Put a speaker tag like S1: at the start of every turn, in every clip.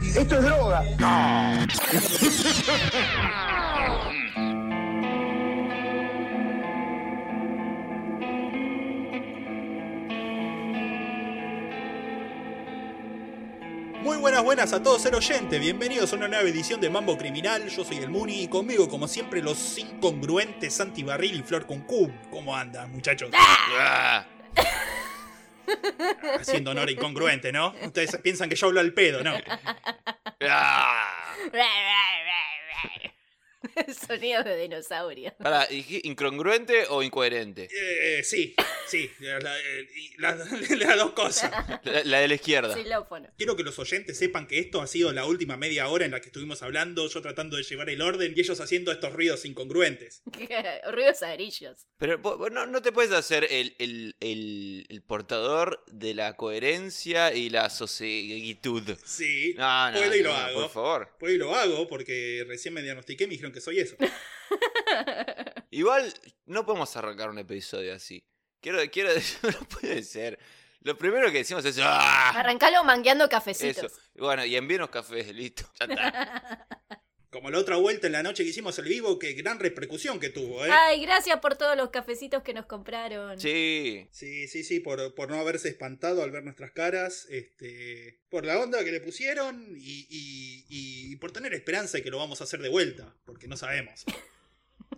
S1: Esto es droga.
S2: Muy buenas, buenas a todos el oyente. Bienvenidos a una nueva edición de Mambo Criminal. Yo soy el Muni y conmigo, como siempre, los incongruentes Santi Barril y Flor con Q. ¿Cómo andan, muchachos?
S3: Ah,
S2: Haciendo honor a incongruente, ¿no? Ustedes piensan que yo hablo al pedo, ¿no?
S3: ah.
S4: Sonido de dinosaurio.
S3: Pará, ¿dije ¿incongruente o incoherente?
S2: Eh, eh, sí, sí, la- la- eh, y la- las dos cosas.
S3: La, la de la izquierda.
S4: Xilófono.
S2: Quiero que los oyentes sepan que esto ha sido la última media hora en la que estuvimos hablando, yo tratando de llevar el orden y ellos haciendo estos ruidos incongruentes.
S4: Ruidos agrillos.
S3: Pero vos- vos no, no te puedes hacer el, el- el- el portador de la coherencia y la socieguitud.
S2: Sí,
S3: No, no,
S2: puedo y
S3: no,
S2: lo
S3: no,
S2: hago.
S3: por favor.
S2: Pues lo hago porque recién me diagnostiqué y me dijeron que soy eso.
S3: Igual no podemos arrancar un episodio así. Quiero, quiero decir, no puede ser. Lo primero que decimos es... ¡Ah!
S4: Arrancalo mangueando
S3: Eso.
S4: cafecitos.
S3: Bueno, y envíenos cafés, listo. Ya está.
S2: Como la otra vuelta en la noche que hicimos el vivo, que gran repercusión que tuvo, ¿eh?
S4: Ay, gracias por todos los cafecitos que nos compraron.
S3: Sí.
S2: Sí, sí, sí, por, por no haberse espantado al ver nuestras caras, este, por la onda que le pusieron y, y- y- y por tener esperanza de que lo vamos a hacer de vuelta, porque no sabemos.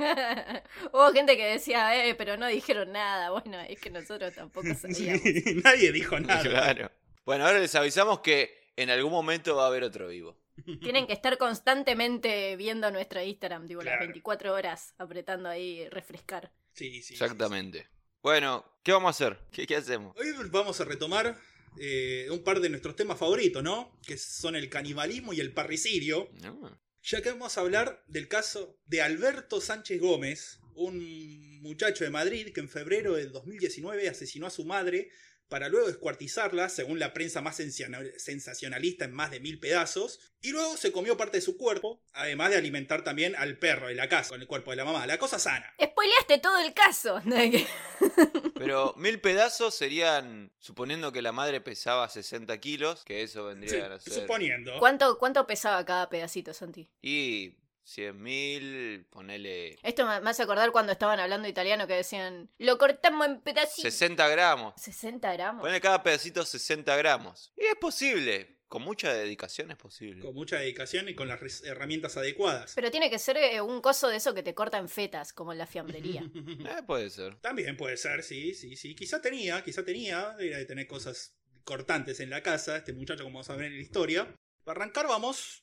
S4: Hubo gente que decía, eh, pero no dijeron nada. Bueno, es que nosotros tampoco sabíamos.
S2: Nadie dijo nada.
S3: Claro. Bueno, ahora les avisamos que en algún momento va a haber otro vivo.
S4: Tienen que estar constantemente viendo nuestra Instagram, digo, las
S2: Claro.
S4: 24 horas, apretando ahí refrescar.
S2: Sí, sí,
S3: Exactamente. Bueno, ¿qué vamos a hacer? ¿Qué, qué hacemos?
S2: sí. Hoy vamos a retomar eh, un par de nuestros temas favoritos, ¿no? Que son el canibalismo y el parricidio.
S3: No.
S2: Ya que vamos a hablar del caso de Alberto Sánchez Gómez, un muchacho de Madrid que en febrero del 2019 asesinó a su madre para luego descuartizarla, según la prensa más sensiona- sensacionalista, en más de mil pedazos, y luego se comió parte de su cuerpo, además de alimentar también al perro de la casa con el cuerpo de la mamá. La cosa sana.
S4: ¡Spoileaste todo el caso!
S3: Pero mil pedazos serían, suponiendo que la madre pesaba 60 kilos, que eso vendría a
S2: Sí,
S3: ser.
S2: suponiendo.
S4: ¿Cuánto, ¿Cuánto pesaba cada pedacito, Santi?
S3: Y 100 mil, ponele
S4: Esto me, me hace acordar cuando estaban hablando italiano que decían, lo cortamos en pedacitos.
S3: 60 gramos.
S4: 60 gramos.
S3: Ponele cada pedacito 60 gramos. Y es posible. Con mucha dedicación es posible.
S2: Con mucha dedicación y con las res- herramientas adecuadas.
S4: Pero tiene que ser eh, un coso de eso que te corta en fetas, como en la fiambrería.
S3: Eh, puede ser.
S2: También puede ser, sí, sí, sí. Quizá tenía, quizá tenía, era de tener cosas cortantes en la casa, este muchacho como vamos a ver en la historia. Para arrancar vamos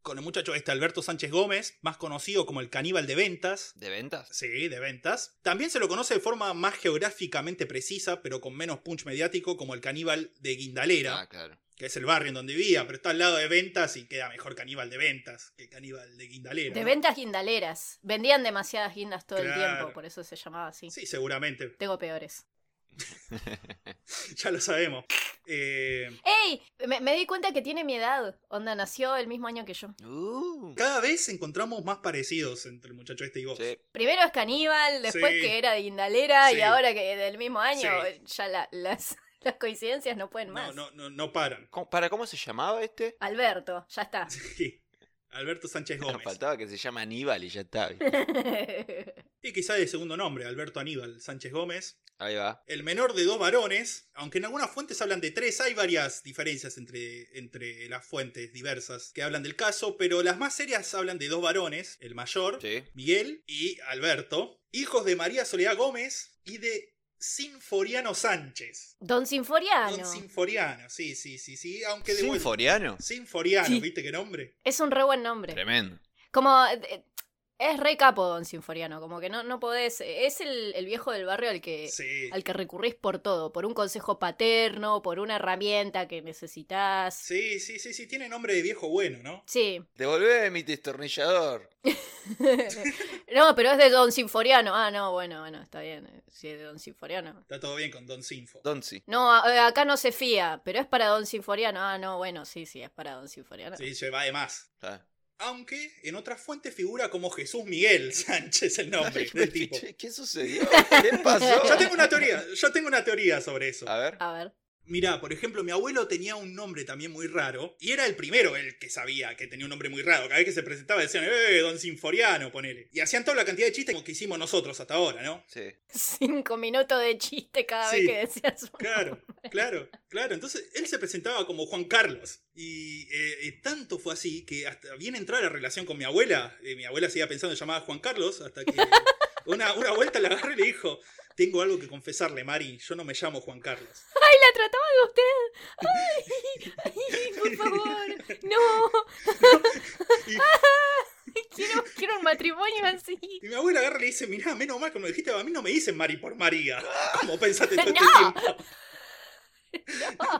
S2: con el muchacho este, Alberto Sánchez Gómez, más conocido como el caníbal de ventas.
S3: ¿De ventas?
S2: Sí, de ventas. También se lo conoce de forma más geográficamente precisa, pero con menos punch mediático, como el caníbal de Guindalera,
S3: Ah, claro.
S2: que es el barrio en donde vivía, pero está al lado de ventas y queda mejor caníbal de ventas que caníbal de Guindalera.
S4: De
S2: ¿no?
S4: ventas guindaleras. Vendían demasiadas guindas todo el
S2: Claro.
S4: tiempo, por eso se llamaba así.
S2: Sí, seguramente.
S4: Tengo peores.
S2: Ya lo sabemos. Eh,
S4: ¡Ey! Me, me di cuenta que tiene mi edad. Onda, nació el mismo año que yo.
S3: Uh,
S2: Cada vez encontramos más parecidos entre el muchacho este y vos.
S3: sí.
S4: Primero es caníbal, después
S2: Sí.
S4: que era de guindalera
S2: Sí.
S4: y ahora que del mismo año
S2: Sí.
S4: ya la- las, las coincidencias no pueden
S2: No,
S4: más.
S2: no, no, no paran.
S3: ¿Cómo- ¿Para cómo se llamaba este?
S4: Alberto, ya está.
S2: Sí. Alberto Sánchez Gómez.
S3: Faltaba que se llama Aníbal y ya está.
S2: Y quizá de segundo nombre, Alberto Aníbal Sánchez Gómez.
S3: Ahí va.
S2: El menor de dos varones, aunque en algunas fuentes hablan de tres, hay varias diferencias entre, entre las fuentes diversas que hablan del caso, pero las más serias hablan de dos varones, el mayor,
S3: Sí.
S2: Miguel y Alberto, hijos de María Soledad Gómez y de Sinforiano Sánchez.
S4: Don Sinforiano.
S2: Don Sinforiano, sí, sí, sí, sí, aunque de vuelta-
S3: ¿Sinforiano?
S2: Sinforiano,
S4: Sí.
S2: ¿viste qué nombre?
S4: Es un re buen nombre.
S3: Tremendo.
S4: Como eh, es re capo Don Sinforiano, como que no, no podés. eh, Es el, el viejo del barrio al que,
S2: Sí.
S4: Eh, al que recurrís por todo, por un consejo paterno, por una herramienta que necesitas.
S2: Sí,
S4: Sí.
S2: sí, sí, sí, tiene nombre de viejo bueno, ¿no?
S3: Devolveme mi destornillador.
S4: no, pero es de Don Sinforiano. Ah, no, bueno, bueno, está bien. eh, Si es de Don Sinforiano.
S2: Está todo bien con Don Sinfo.
S3: Donzi.
S4: No, a- eh, acá no se fía, pero es para Don Sinforiano. Ah, no, bueno, sí, sí, es para Don Sinforiano.
S2: Sí, se va de más.
S3: Ah.
S2: Aunque en otras fuentes figura como Jesús Miguel Sánchez el nombre del tipo.
S3: Che, ¿Qué sucedió? ¿Qué pasó?
S2: Yo tengo una teoría, yo tengo una teoría sobre eso.
S4: Ah.
S3: A ver.
S4: A ver.
S2: Mirá, por ejemplo, mi abuelo tenía un nombre también muy raro, y era el primero el que sabía que tenía un nombre muy raro. Cada vez que se presentaba decían, ¡eh, don Sinforiano, ponele! Y hacían toda la cantidad de chistes como que hicimos nosotros hasta ahora, ¿no?
S3: Sí.
S4: Cinco minutos de chiste cada
S2: Sí.
S4: vez que decías un
S2: Claro, claro, claro. Entonces él se presentaba como Juan Carlos. Y eh, eh, tanto fue así que hasta bien entrar la relación con mi abuela, eh, mi abuela seguía pensando en llamar a Juan Carlos, hasta que una, una vuelta la agarré y le dijo: Tengo algo que confesarle, Mari, yo no me llamo Juan Carlos.
S4: ¡Ay, la trataba de usted! ¡Ay! ¡Ay, por favor! ¡No!
S2: Y,
S4: Quiero, quiero un matrimonio así.
S2: y mi abuela agarra y le dice: Mirá, menos mal que me dijiste, a mí no me dicen Mari por María. ¿Cómo pensaste todo este
S4: No.
S2: tiempo?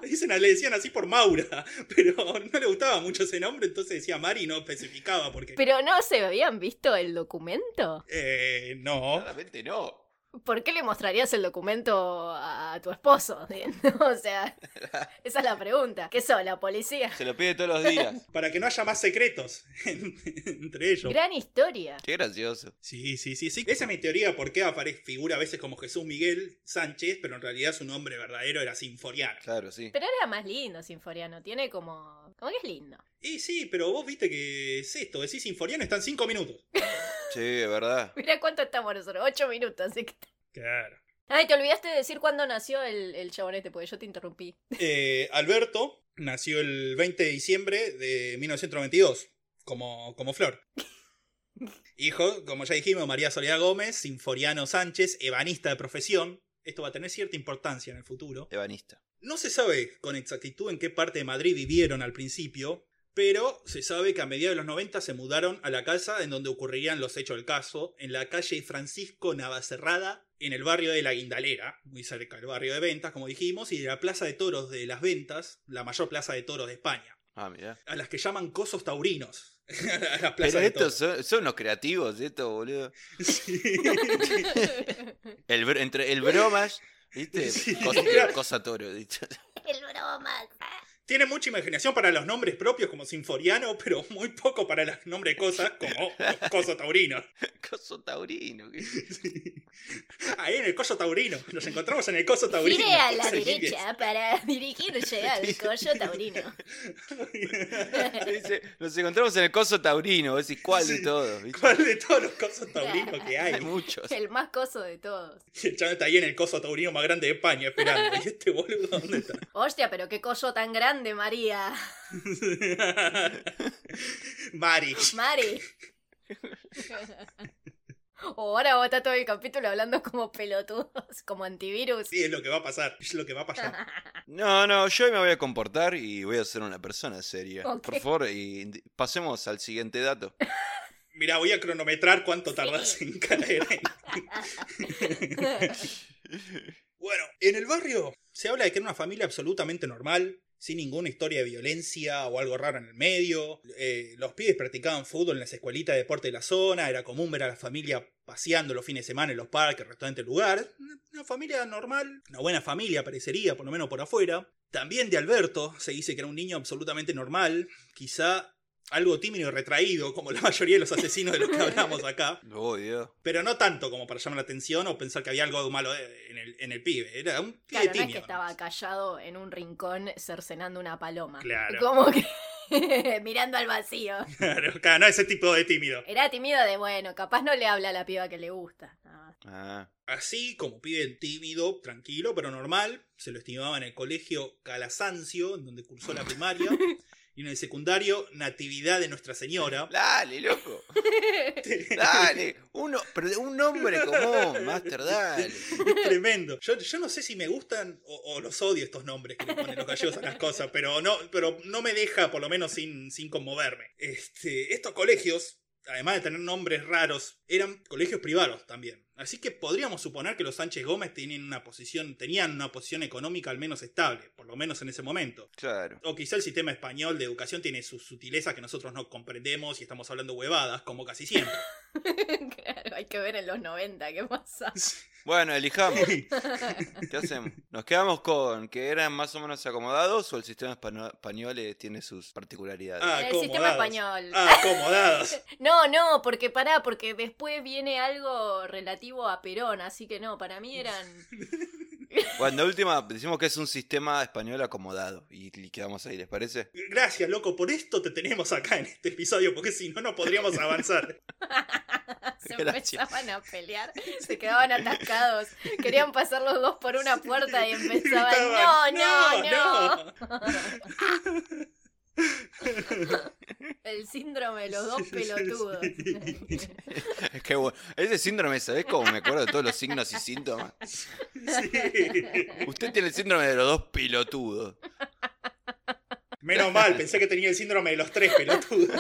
S2: Le Dicen, le decían así por Maura, pero no le gustaba mucho ese nombre, entonces decía Mari y no especificaba porque.
S4: Pero no se habían visto el documento.
S2: Eh, no.
S3: Claramente no.
S4: ¿Por qué le mostrarías el documento a tu esposo? O sea, esa es la pregunta. ¿Qué son, la policía?
S3: Se lo pide todos los días.
S2: Para que no haya más secretos en- entre ellos.
S4: Gran historia.
S3: Qué gracioso.
S2: Sí, sí, sí, sí. Esa es mi teoría por qué aparece figura a veces como Jesús Miguel Sánchez, pero en realidad su nombre verdadero era Sinforiano.
S3: Claro, sí.
S4: Pero era más lindo, Sinforiano. Tiene como. Como que es lindo.
S2: Y sí, pero vos viste que es esto, decís Sinforiano están cinco minutos.
S3: Sí, es verdad.
S4: Mira cuánto estamos nosotros. Ocho minutos. Así que.
S2: Claro.
S4: Ay, te olvidaste de decir cuándo nació el, el chabón este, porque yo te interrumpí.
S2: Eh, Alberto nació el 20 de diciembre de 1992, como, como Flor. Hijo, como ya dijimos, María Soledad Gómez, Sinforiano Sánchez, ebanista de profesión. Esto va a tener cierta importancia en el futuro.
S3: Ebanista.
S2: No se sabe con exactitud en qué parte de Madrid vivieron al principio, pero se sabe que a mediados de los 90 se mudaron a la casa en donde ocurrirían los hechos del caso, en la calle Francisco Navacerrada, en el barrio de La Guindalera, muy cerca del barrio de Ventas, como dijimos, y de la Plaza de Toros de las Ventas, la mayor plaza de toros de España,
S3: Ah, mirá.
S2: a las que llaman cosos taurinos. a las plazas
S3: Pero
S2: de
S3: estos
S2: toros.
S3: son, son unos creativos, estos, boludo.
S2: Sí.
S4: el
S3: El, br- entre el bromas, ¿viste?
S2: Sí.
S3: Cosa, cosa toro, dicho.
S4: broma.
S2: Tiene mucha imaginación para los nombres propios como Sinforiano, pero muy poco para los nombres de cosas como cosos taurinos.
S3: Coso taurino. ¿qué?
S2: Ahí en el coso taurino. Nos encontramos en el coso taurino.
S4: Gire a la
S2: Sí.
S4: derecha para dirigirse al collo taurino.
S3: Se dice, Nos encontramos en el coso taurino. Vos decís, ¿cuál de
S2: Sí.
S3: todos? ¿viste?
S2: ¿Cuál de todos los cosos taurinos que hay?
S3: Hay muchos.
S4: El más coso de todos.
S2: Y el chabón está ahí en el coso taurino más grande de España esperando. ¿Y este boludo dónde está?
S4: Hostia, pero qué coso tan grande, María.
S2: Mari.
S4: Mari. O ahora vos estás todo el capítulo hablando como pelotudos, como antivirus.
S2: Sí, es lo que va a pasar. Es lo que va a pasar.
S3: No, no, yo hoy me voy a comportar y voy a ser una persona seria.
S4: Ok.
S3: Por favor, y indi- pasemos al siguiente dato.
S2: Mirá, voy a cronometrar cuánto tardás en caer. Bueno, en el barrio se habla de que era una familia absolutamente normal, sin ninguna historia de violencia o algo raro en el medio. Eh, los pibes practicaban fútbol en las escuelitas de deporte de la zona, era común ver a la familia paseando los fines de semana en los parques, restaurantes, lugares. Una familia normal, una buena familia parecería, por lo menos por afuera. También de Alberto se dice que era un niño absolutamente normal, quizá algo tímido y retraído, como la mayoría de los asesinos de los que hablamos acá.
S3: Oh, Dios.
S2: Pero no tanto como para llamar la atención o pensar que había algo malo eh, en el, en el pibe. Era un pibe
S4: Claro, no es que
S2: tímido,
S4: estaba
S2: nomás.
S4: callado en un rincón cercenando una paloma.
S2: Claro.
S4: Como que mirando al vacío.
S2: Claro, claro, no ese tipo de tímido.
S4: Era tímido de, bueno, capaz no le habla a la piba que le gusta. nada más.
S3: Ah,
S2: Así como pibe tímido, tranquilo, pero normal, se lo estimaba en el colegio Calasancio, en donde cursó la primaria, y en el secundario Natividad de Nuestra Señora.
S3: Dale, loco. Dale. Uno, pero un nombre común, Master, dale.
S2: Tremendo. Yo, yo no sé si me gustan o, o los odio estos nombres que le ponen los gallegos a las cosas, pero no, pero no me deja por lo menos sin, sin conmoverme. Este, estos colegios, además de tener nombres raros, eran colegios privados también. Así que podríamos suponer que los Sánchez Gómez tenían una posición, tenían una posición económica al menos estable, por lo menos en ese momento.
S3: Claro.
S2: O quizá el sistema español de educación tiene sus sutilezas que nosotros no comprendemos y estamos hablando huevadas, como casi siempre.
S4: claro, hay que ver en los 90 qué pasa.
S3: Bueno, elijamos. ¿Qué hacemos? ¿Nos quedamos con que eran más o menos acomodados o el sistema espano- español eh, tiene sus particularidades?
S2: Ah,
S4: el sistema
S2: acomodados.
S4: español.
S2: Ah, Acomodados.
S4: No, no, porque pará, porque después viene algo relativo a Perón, así que no, para mí eran
S3: Bueno, la última decimos que es un sistema español acomodado y, y quedamos ahí, ¿les parece?
S2: Gracias, loco, por esto te tenemos acá en este episodio, porque si no, no podríamos avanzar.
S4: Se
S3: Gracias.
S4: empezaban a pelear, se quedaban atascados. Querían pasar los dos por una puerta y empezaban,
S2: Gritaban,
S4: no, no, no.
S2: no".
S4: El síndrome de los dos
S2: Sí, sí, sí.
S4: pelotudos.
S3: Es que bueno, ese síndrome, ¿sabés cómo me acuerdo de todos los signos y síntomas?
S2: Sí.
S3: Usted tiene el síndrome de los dos pelotudos.
S2: Menos mal, pensé que tenía el síndrome de los tres pelotudos.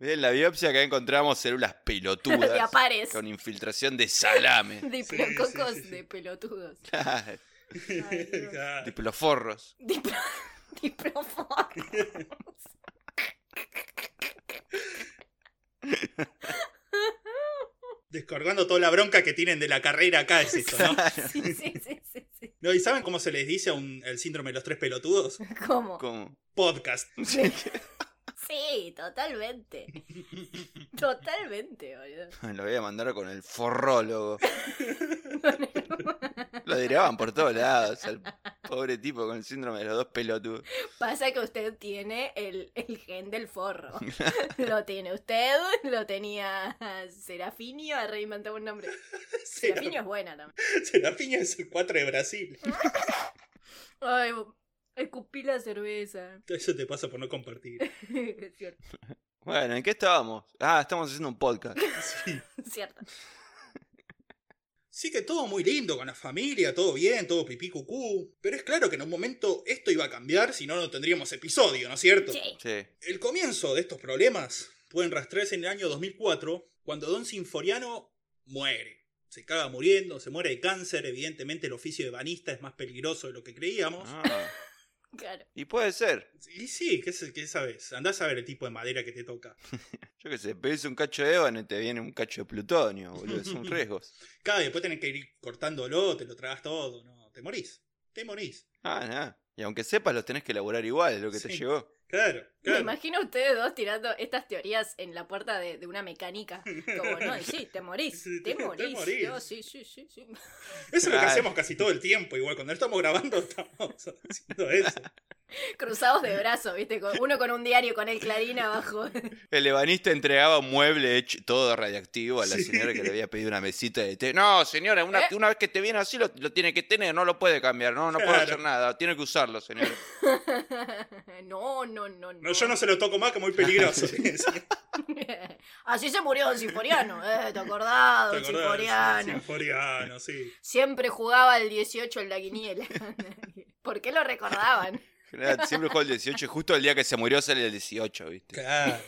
S3: En la biopsia que encontramos células
S4: Te
S3: pelotudas
S4: apares.
S3: con infiltración de salame.
S4: Diplococos
S2: sí, sí.
S4: de pelotudos. Ay, Dios.
S2: Claro.
S3: Diploforros.
S4: Diplo... Diploforros.
S2: Descargando toda la bronca que tienen de la carrera acá es esto, ¿no?
S4: Sí, sí, sí, sí, sí.
S2: ¿No? ¿Y saben cómo se les dice a un- el síndrome de los tres pelotudos?
S4: ¿Cómo?
S3: ¿Cómo?
S2: Podcast.
S4: Sí, totalmente. Totalmente, boludo.
S3: Lo voy a mandar con el forrólogo. Lo derivaban por todos lados. al pobre tipo con el síndrome de los dos pelotudos.
S4: Pasa que usted tiene el, el gen del forro. Lo tiene usted, lo tenía Serafinio, ahora inventé un nombre. Serafinio es buena también.
S2: Serapiña es el 4 de Brasil.
S4: Ay, escupí la cerveza.
S2: Eso te pasa por no compartir.
S4: Es cierto.
S3: Bueno, ¿en qué estábamos? Ah, estamos haciendo un podcast.
S2: Sí.
S4: es cierto.
S2: Sí que todo muy lindo con la familia, todo bien, todo pipí cucú. Pero es claro que en un momento esto iba a cambiar, si no, no tendríamos episodio, ¿no es cierto?
S4: Sí.
S3: Sí.
S2: El comienzo de estos problemas pueden rastrearse en el año 2004, cuando Don Sinforiano muere. Se caga muriendo, se muere de cáncer, evidentemente el oficio de banista es más peligroso de lo que creíamos.
S3: Ah,
S4: Claro.
S3: y puede ser.
S2: Y sí, ¿qué, se- qué sabes? Andás a ver el tipo de madera que te toca.
S3: Yo qué sé, pedís un cacho de ébano y te viene un cacho de plutonio, boludo. Son riesgos.
S2: Cada después tenés que ir cortándolo, te lo tragas todo, no, te morís. Te morís.
S3: Ah, nada. Y aunque sepas, los tenés que elaborar igual, es lo que te
S2: Sí.
S3: llegó.
S2: Claro,
S4: Me
S2: claro.
S4: imagino a ustedes dos tirando estas teorías en la puerta de, de una mecánica. Como, no, y sí, te morís,
S2: Sí,
S4: te
S2: te- te
S4: morís.
S2: morís.
S4: Yo, sí, sí, sí, sí.
S2: Eso es lo que
S3: Claro.
S2: hacemos casi todo el tiempo, igual. Cuando estamos grabando, estamos haciendo eso.
S4: Cruzados de brazos, ¿viste? Con- Uno con un diario con el clarín abajo.
S3: El ebanista entregaba un mueble hecho todo radiactivo a la
S2: Sí.
S3: señora que le había pedido una mesita de té. No, señora, una,
S4: ¿Eh?
S3: una vez que te viene así lo, lo tiene que tener, no lo puede cambiar, no, no puede
S2: Claro.
S3: hacer nada, tiene que usarlo, señora.
S4: No, no, no, no.
S2: No, yo no se lo toco más, que muy peligroso.
S4: Así se murió Don Sinforiano, ¿eh? ¿Te acordás, Don
S2: ¿Te acordás?
S4: Sinforiano?
S2: Sinforiano, sí.
S4: Siempre jugaba el 18 en la quiniela. ¿Por qué lo recordaban?
S3: Era- Siempre jugó el 18 y justo el día que se murió sale el 18, ¿viste?
S2: Claro.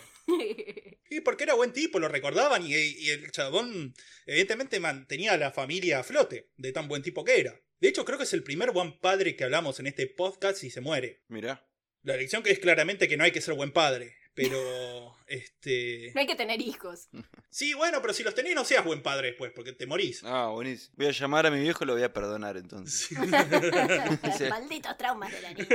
S2: Y porque era buen tipo, lo recordaban y, y el chabón evidentemente mantenía a la familia a flote, de tan buen tipo que era. De hecho, creo que es el primer buen padre que hablamos en este podcast y se muere.
S3: Mirá.
S2: La lección que es claramente que no hay que ser buen padre, pero este...
S4: No hay que tener hijos.
S2: Sí, bueno, pero si los tenés no seas buen padre después, porque te morís.
S3: Ah, buenísimo. Voy a llamar a mi viejo y lo voy a perdonar entonces.
S2: Sí.
S4: Malditos traumas de la niña.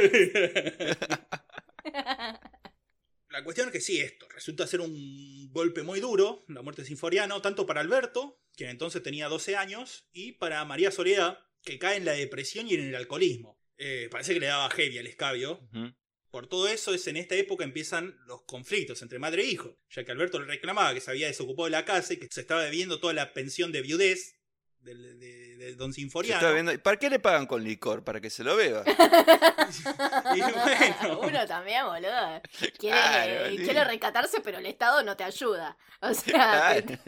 S2: La cuestión es que sí, esto resulta ser un golpe muy duro, la muerte de Sinforiano, tanto para Alberto, quien entonces tenía 12 años, y para María Soledad, que cae en la depresión y en el alcoholismo. Eh, parece que le daba heavy al escabio.
S3: Ujú.
S2: Por todo eso es en esta época empiezan los conflictos entre madre e hijo, ya que Alberto le reclamaba que se había desocupado de la casa y que se estaba debiendo toda la pensión de viudez del- de, de don
S3: Se
S2: Sinforiano.
S3: está viendo- ¿Y ¿Para qué le pagan con licor? Para que se lo beba.
S2: Y bueno.
S4: Uno también, boludo. Quiere,
S3: Claro, sí.
S4: quiere rescatarse, pero el Estado no te ayuda. O sea, te,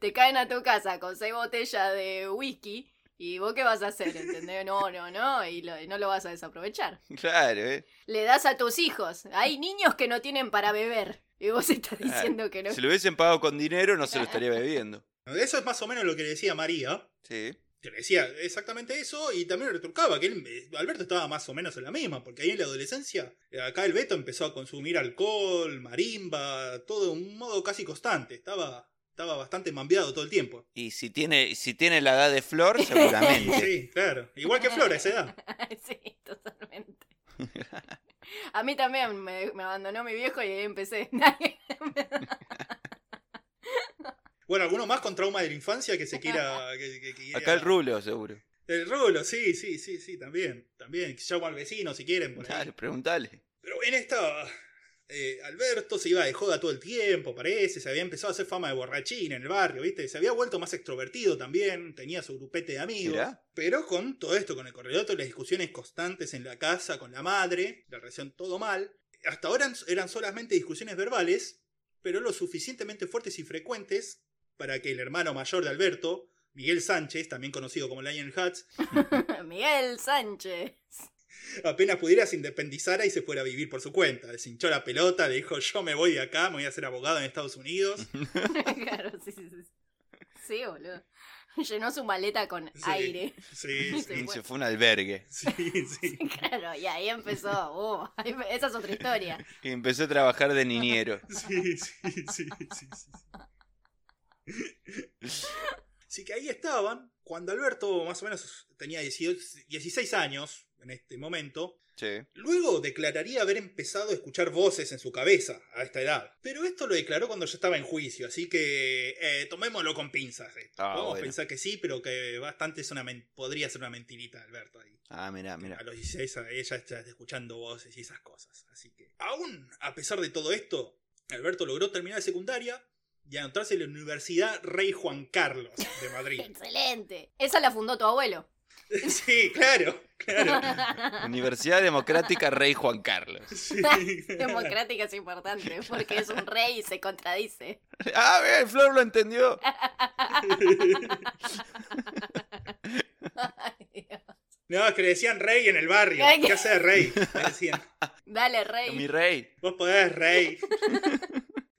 S4: te caen a tu casa con seis botellas de whisky y vos qué vas a hacer, ¿entendés? No, no, no, y lo- no lo vas a desaprovechar.
S3: Claro, ¿eh?
S4: Le das a tus hijos. Hay niños que no tienen para beber. Y vos estás
S3: Claro.
S4: diciendo que no.
S3: Si lo hubiesen pagado con dinero, no se lo estaría bebiendo.
S2: Eso es más o menos lo que le decía María.
S3: Sí.
S2: que le decía exactamente eso y también le retrucaba que él, eh, Alberto estaba más o menos en la misma, porque ahí en la adolescencia eh, acá el Beto empezó a consumir alcohol, marimba, todo de un modo casi constante, estaba, estaba bastante mambiado todo el tiempo.
S3: Y si tiene, si tiene la edad de Flor, seguramente.
S2: Sí, claro, igual que ¿eh? Flora a esa edad.
S4: Sí, totalmente. A mí también me, me abandonó mi viejo y ahí empecé.
S2: Bueno, alguno más con trauma de la infancia que se quiera... que- que- que quiera-
S3: eh. Acá el rulo, seguro.
S2: El rulo, sí, sí, sí, sí, también. También. Que llamo al vecino si quieren. por ahí.
S3: Dale, preguntale.
S2: Pero en esta. eh, Alberto se iba de joda todo el tiempo, parece. Se había empezado a hacer fama de borrachín en el barrio, ¿viste? Se había vuelto más extrovertido también. Tenía su grupete de amigos.
S3: Mirá.
S2: Pero con todo esto, con el correlato y las discusiones constantes en la casa, con la madre, la relación todo mal. Hasta ahora eran solamente discusiones verbales, pero lo suficientemente fuertes y frecuentes para que el hermano mayor de Alberto, Miguel Sánchez, también conocido como Lion Hats,
S4: Miguel Sánchez.
S2: apenas pudiera se independizara y se fuera a vivir por su cuenta. Les hinchó la pelota, le dijo yo me voy de acá, me voy a ser abogado en Estados Unidos.
S4: claro, sí, sí, sí. Sí, boludo. Llenó su maleta con
S2: Sí.
S4: aire.
S2: Sí, sí,
S4: Sí,
S3: Se fue a un albergue.
S2: sí, sí.
S4: Claro, y ahí empezó. Uh, ahí- esa es otra historia.
S3: Y empezó a trabajar de niñero.
S2: Sí, sí, sí, sí, sí, sí. Así que ahí estaban, cuando Alberto más o menos tenía 18 16 años en este momento,
S3: Sí.
S2: Luego declararía haber empezado a escuchar voces en su cabeza a esta edad. Pero esto lo declaró cuando ya estaba en juicio, así que eh, tomémoslo con pinzas. esto.
S3: Ah,
S2: Podemos
S3: bueno.
S2: pensar que sí, pero que bastante es una men- podría ser una mentirita, Alberto. Ahí.
S3: Ah, mirá, mirá.
S2: A los 16 a- ella está escuchando voces y esas cosas. Así que, aún a pesar de todo esto, Alberto logró terminar la secundaria y anotarse en la Universidad Rey Juan Carlos de Madrid.
S4: Excelente. Esa la fundó tu abuelo.
S2: sí, claro, claro.
S3: Universidad Democrática Rey Juan Carlos.
S2: Sí.
S4: Democrática es importante porque es un rey y se contradice.
S3: Ah, bien, Flor lo entendió.
S2: No, es que le decían rey en el barrio.
S4: Ay,
S2: ¿Qué
S4: qué-
S2: haces rey? Le decían,
S4: Dale, rey.
S3: Mi rey.
S2: vos podés rey.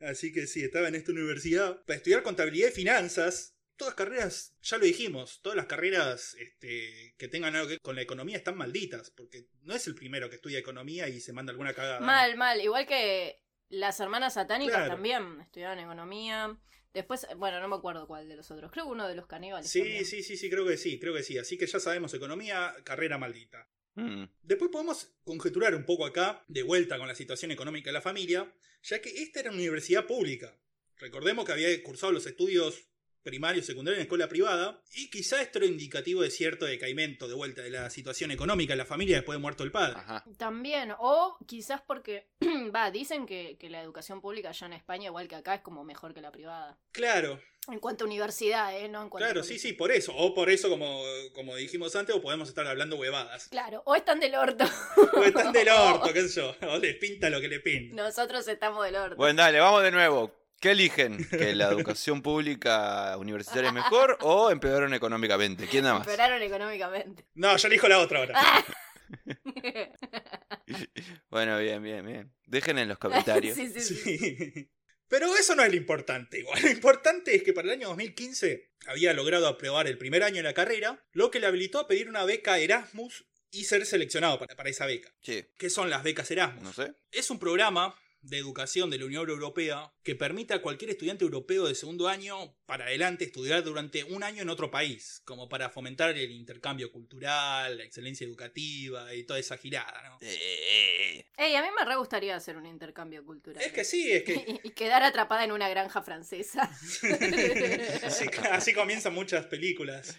S2: Así que sí, estaba en esta universidad para estudiar contabilidad y finanzas. Todas carreras, ya lo dijimos, todas las carreras este, que tengan algo que ver con la economía están malditas, porque no es el primero que estudia economía y se manda alguna cagada.
S4: Mal, mal. Igual que las hermanas satánicas
S2: Claro.
S4: también estudiaron economía. Después, bueno, no me acuerdo cuál de los otros. Creo que uno de los caníbales.
S2: Sí,
S4: también.
S2: sí, sí, sí, creo que sí, creo que sí. Así que ya sabemos, economía, carrera maldita.
S3: Mm.
S2: Después podemos conjeturar un poco acá, de vuelta con la situación económica de la familia, ya que esta era una universidad pública. Recordemos que había cursado los estudios primarios, secundarios en escuela privada, y quizá esto era indicativo de cierto decaimiento de vuelta de la situación económica de la familia después de muerto el padre.
S3: Ajá.
S4: También, o quizás porque, va, dicen que, que la educación pública allá en España, igual que acá, es como mejor que la privada.
S2: Claro,
S4: En cuanto a universidad, ¿eh? No en cuanto a
S2: claro, sí,
S4: colegio.
S2: sí, por eso. O por eso, como, como dijimos antes, o podemos estar hablando huevadas.
S4: Claro, o están del orto.
S2: O están del orto, qué sé yo. O les pinta lo que le pinta.
S4: Nosotros estamos del orto.
S3: Bueno, dale, vamos de nuevo. ¿Qué eligen? ¿Que la educación pública universitaria es mejor o empeoraron económicamente? ¿Quién da más?
S4: Esperaron económicamente.
S2: No, yo elijo la otra ahora.
S3: Bueno, bien, bien, bien. Dejen en los comentarios.
S4: Sí, sí, sí.
S2: Sí. Pero eso no es lo importante, igual. Lo importante es que para el año 2015 había logrado aprobar el primer año de la carrera, lo que le habilitó a pedir una beca Erasmus y ser seleccionado para, para esa beca.
S3: Sí,
S2: ¿Qué son las becas Erasmus?
S3: no sé.
S2: Es un programa de educación de la Unión Europea que permite a cualquier estudiante europeo de segundo año para adelante estudiar durante un año en otro país, como para fomentar el intercambio cultural, la excelencia educativa y toda esa girada, ¿no?
S3: Eh,
S4: Ey, a mí me re gustaría hacer un intercambio cultural.
S2: Es que sí, es que
S4: Y, y quedar atrapada en una granja francesa.
S2: Sí, claro, así comienzan muchas películas.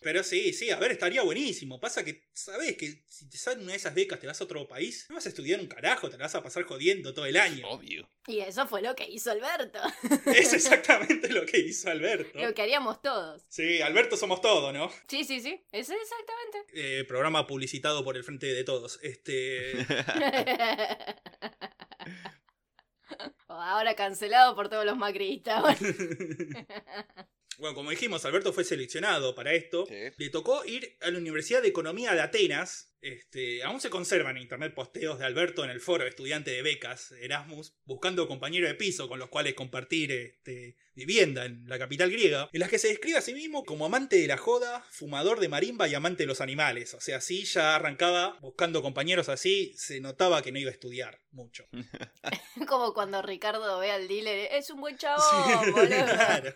S2: Pero sí, sí, a ver, estaría buenísimo. Pasa que, ¿sabes? Que si te salen una de esas becas, te vas a otro país, no vas a estudiar un carajo, te la vas a pasar jodiendo todo el año.
S3: eh, Obvio.
S4: Y eso fue lo que hizo Alberto.
S2: Es exactamente lo que hizo Alberto.
S4: Lo que haríamos todos.
S2: Sí, Alberto somos todos, ¿no?
S4: Sí, sí, sí. Eso es exactamente.
S2: Eh, programa publicitado por el Frente de Todos. Este.
S4: Ahora cancelado por todos los macristas. Bueno,
S2: Bueno, como dijimos, Alberto fue seleccionado para esto.
S3: Sí.
S2: Le tocó ir a la Universidad de Economía de Atenas. Este, aún se conservan en internet posteos de Alberto en el foro estudiante de becas Erasmus, buscando compañeros de piso con los cuales compartir este, vivienda en la capital griega, en las que se describe a sí mismo como amante de la joda, fumador de marimba y amante de los animales. O sea, sí, ya arrancaba buscando compañeros así, se notaba que no iba a estudiar mucho.
S4: como cuando Ricardo ve al dealer. Es un buen chabón,
S2: Sí,
S4: Oh, boludo.
S2: claro.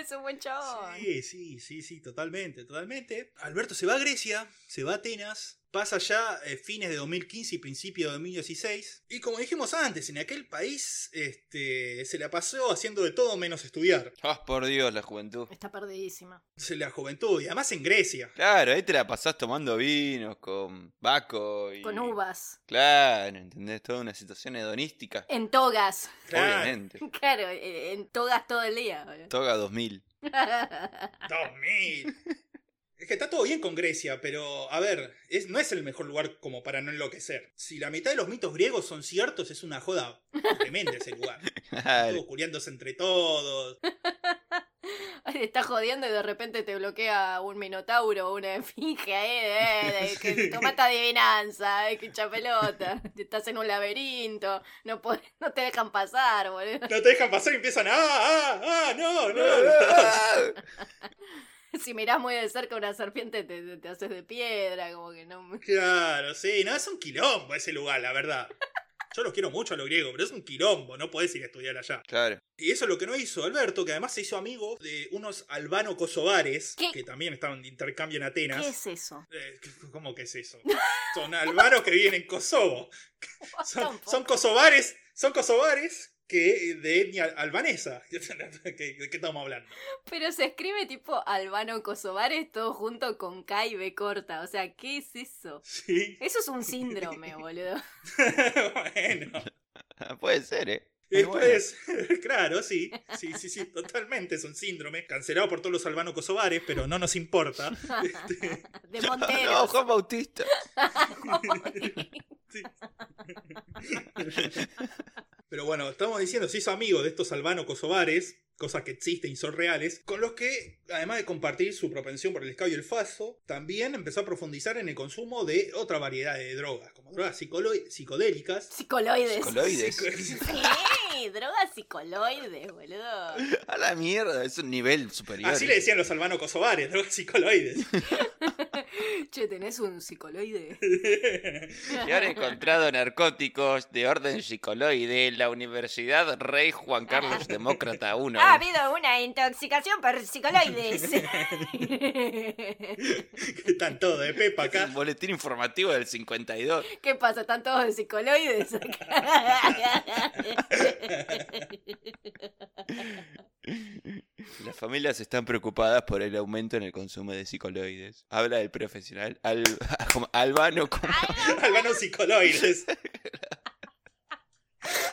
S4: Es un buen chabón.
S2: Sí, sí, sí, sí, totalmente, totalmente. Alberto se va a Grecia, se va a Atenas, Pasa ya eh, fines de 2015 y principios de 2016. Y como dijimos antes, en aquel país este, se la pasó haciendo de todo menos estudiar.
S3: Ah, por Dios, la juventud.
S4: Está perdidísima.
S2: Se la juventud, y además en Grecia.
S3: Claro, ahí te la pasás tomando vinos con Baco y.
S4: Con uvas,
S3: Claro, ¿entendés? Toda una situación hedonística.
S4: en togas.
S2: Claro,
S3: Obviamente.
S4: Claro, eh, en togas todo el día. boludo.
S3: Toga 2000.
S2: 2000. Ah, Es que está todo bien con Grecia, pero a ver, es, no es el mejor lugar como para no enloquecer. Si la mitad de los mitos griegos son ciertos, es una joda tremenda ese lugar.
S3: Claro.
S2: Todos curiándose entre todos.
S4: Te está jodiendo y de repente te bloquea un minotauro o una esfinge ahí. eh, De, de- que tomate adivinanza, eh, que chapelota. Estás en un laberinto, no, podés- no te dejan pasar, boludo.
S2: No te dejan pasar y empiezan, ah, ah, ah, no, no, no.
S4: Si mirás muy de cerca una serpiente, te, te- te haces de piedra, como que no.
S2: Claro, sí, no, es un quilombo ese lugar, la verdad. Yo los quiero mucho a los griegos, pero es un quilombo, no podés ir a estudiar allá.
S3: Claro.
S2: Y eso es lo que no hizo Alberto, que además se hizo amigo de unos albano-kosovares,
S4: ¿Qué?
S2: que también estaban de intercambio en Atenas.
S4: ¿Qué es eso?
S2: Eh, ¿Cómo que es eso? Son albanos que viven en Kosovo. Son,
S4: Tampoco.
S2: son kosovares, son kosovares que de etnia albanesa. ¿De qué de qué estamos hablando?
S4: Pero se escribe tipo albano kosovares todo junto con K y B corta. O sea, ¿qué es eso?
S2: Sí.
S4: Eso es un síndrome, boludo.
S2: bueno.
S3: Ah, Puede ser, ¿eh?
S2: Y
S3: Muy bueno.
S2: Después, claro, sí, sí, sí, sí, totalmente es un síndrome, cancelado por todos los albano-kosovares, pero no nos importa.
S4: De
S3: No,
S4: Montero.
S3: Juan Bautista.
S2: Sí. Pero bueno, estamos diciendo, se hizo amigo de estos albano-kosovares, cosas que existen y son reales, con los que, además de compartir su propensión por el escabio y el faso, también empezó a profundizar en el consumo de otra variedad de drogas, como drogas psicolo- psicodélicas.
S4: Psicoloides.
S3: Coloides.
S4: Sí, drogas psicoloides, boludo.
S3: A la mierda, es un nivel superior.
S2: Así le decían los albano-kosovares, drogas psicoloides.
S4: Che, ¿tenés un psicoloide?
S3: Y han encontrado narcóticos de orden psicoloide en la Universidad Rey Juan
S2: Ah.
S3: Carlos Demócrata ¿eh? 1.
S4: Ha habido una intoxicación por psicoloides.
S2: que están todos de pepa
S3: Es
S2: acá.
S3: un boletín informativo del 52.
S4: ¿Qué pasa? ¿Están todos de psicoloides?
S3: Las familias están preocupadas por el aumento en el consumo de psicoloides. Habla el profesional al, como albano como
S2: Albanos psicoloides.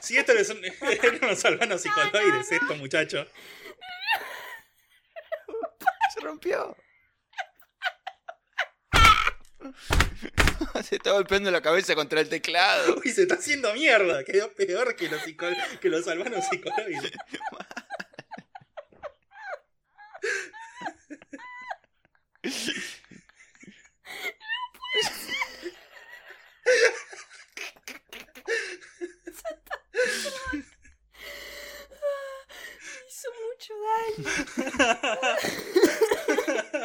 S2: Si esto no es un- eran unos albanos psicoloides, esto, muchacho.
S3: se rompió. Se está golpeando la cabeza contra el teclado.
S2: Uy, se está haciendo mierda. Quedó peor que los, psico- que los albanos psicoloides.
S4: Hizo mucho daño.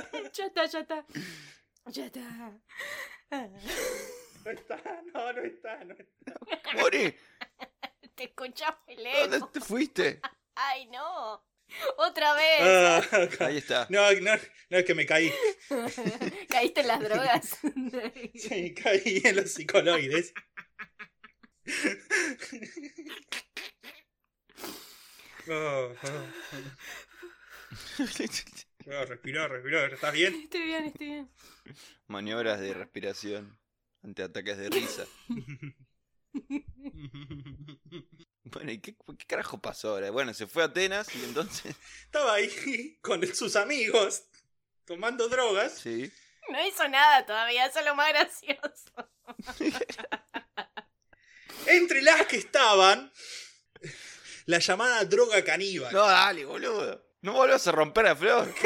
S4: Ya está, ya está. Ya está. Ah,
S2: No está, no, no está. No está.
S3: Mori,
S4: Te escuchaste
S3: ¿dónde
S4: lejos.
S3: te fuiste?
S4: Ay, no. Otra vez.
S2: Ah,
S3: Ahí está.
S2: no, no, no, es que me caí.
S4: Caíste en las drogas.
S2: Sí, caí en los psicoloides. Oh, oh, oh, respiró, respiró. ¿Estás bien?
S4: Estoy bien, estoy bien.
S3: Maniobras de respiración ante ataques de risa. Bueno, ¿y qué, qué carajo pasó ahora? Bueno, se fue a Atenas y entonces.
S2: Estaba ahí con sus amigos tomando drogas.
S3: Sí.
S4: No hizo nada todavía, eso es lo más gracioso.
S2: Entre las que estaban la llamada droga caníbal.
S3: No, dale, boludo. No volvás a romper a Flor.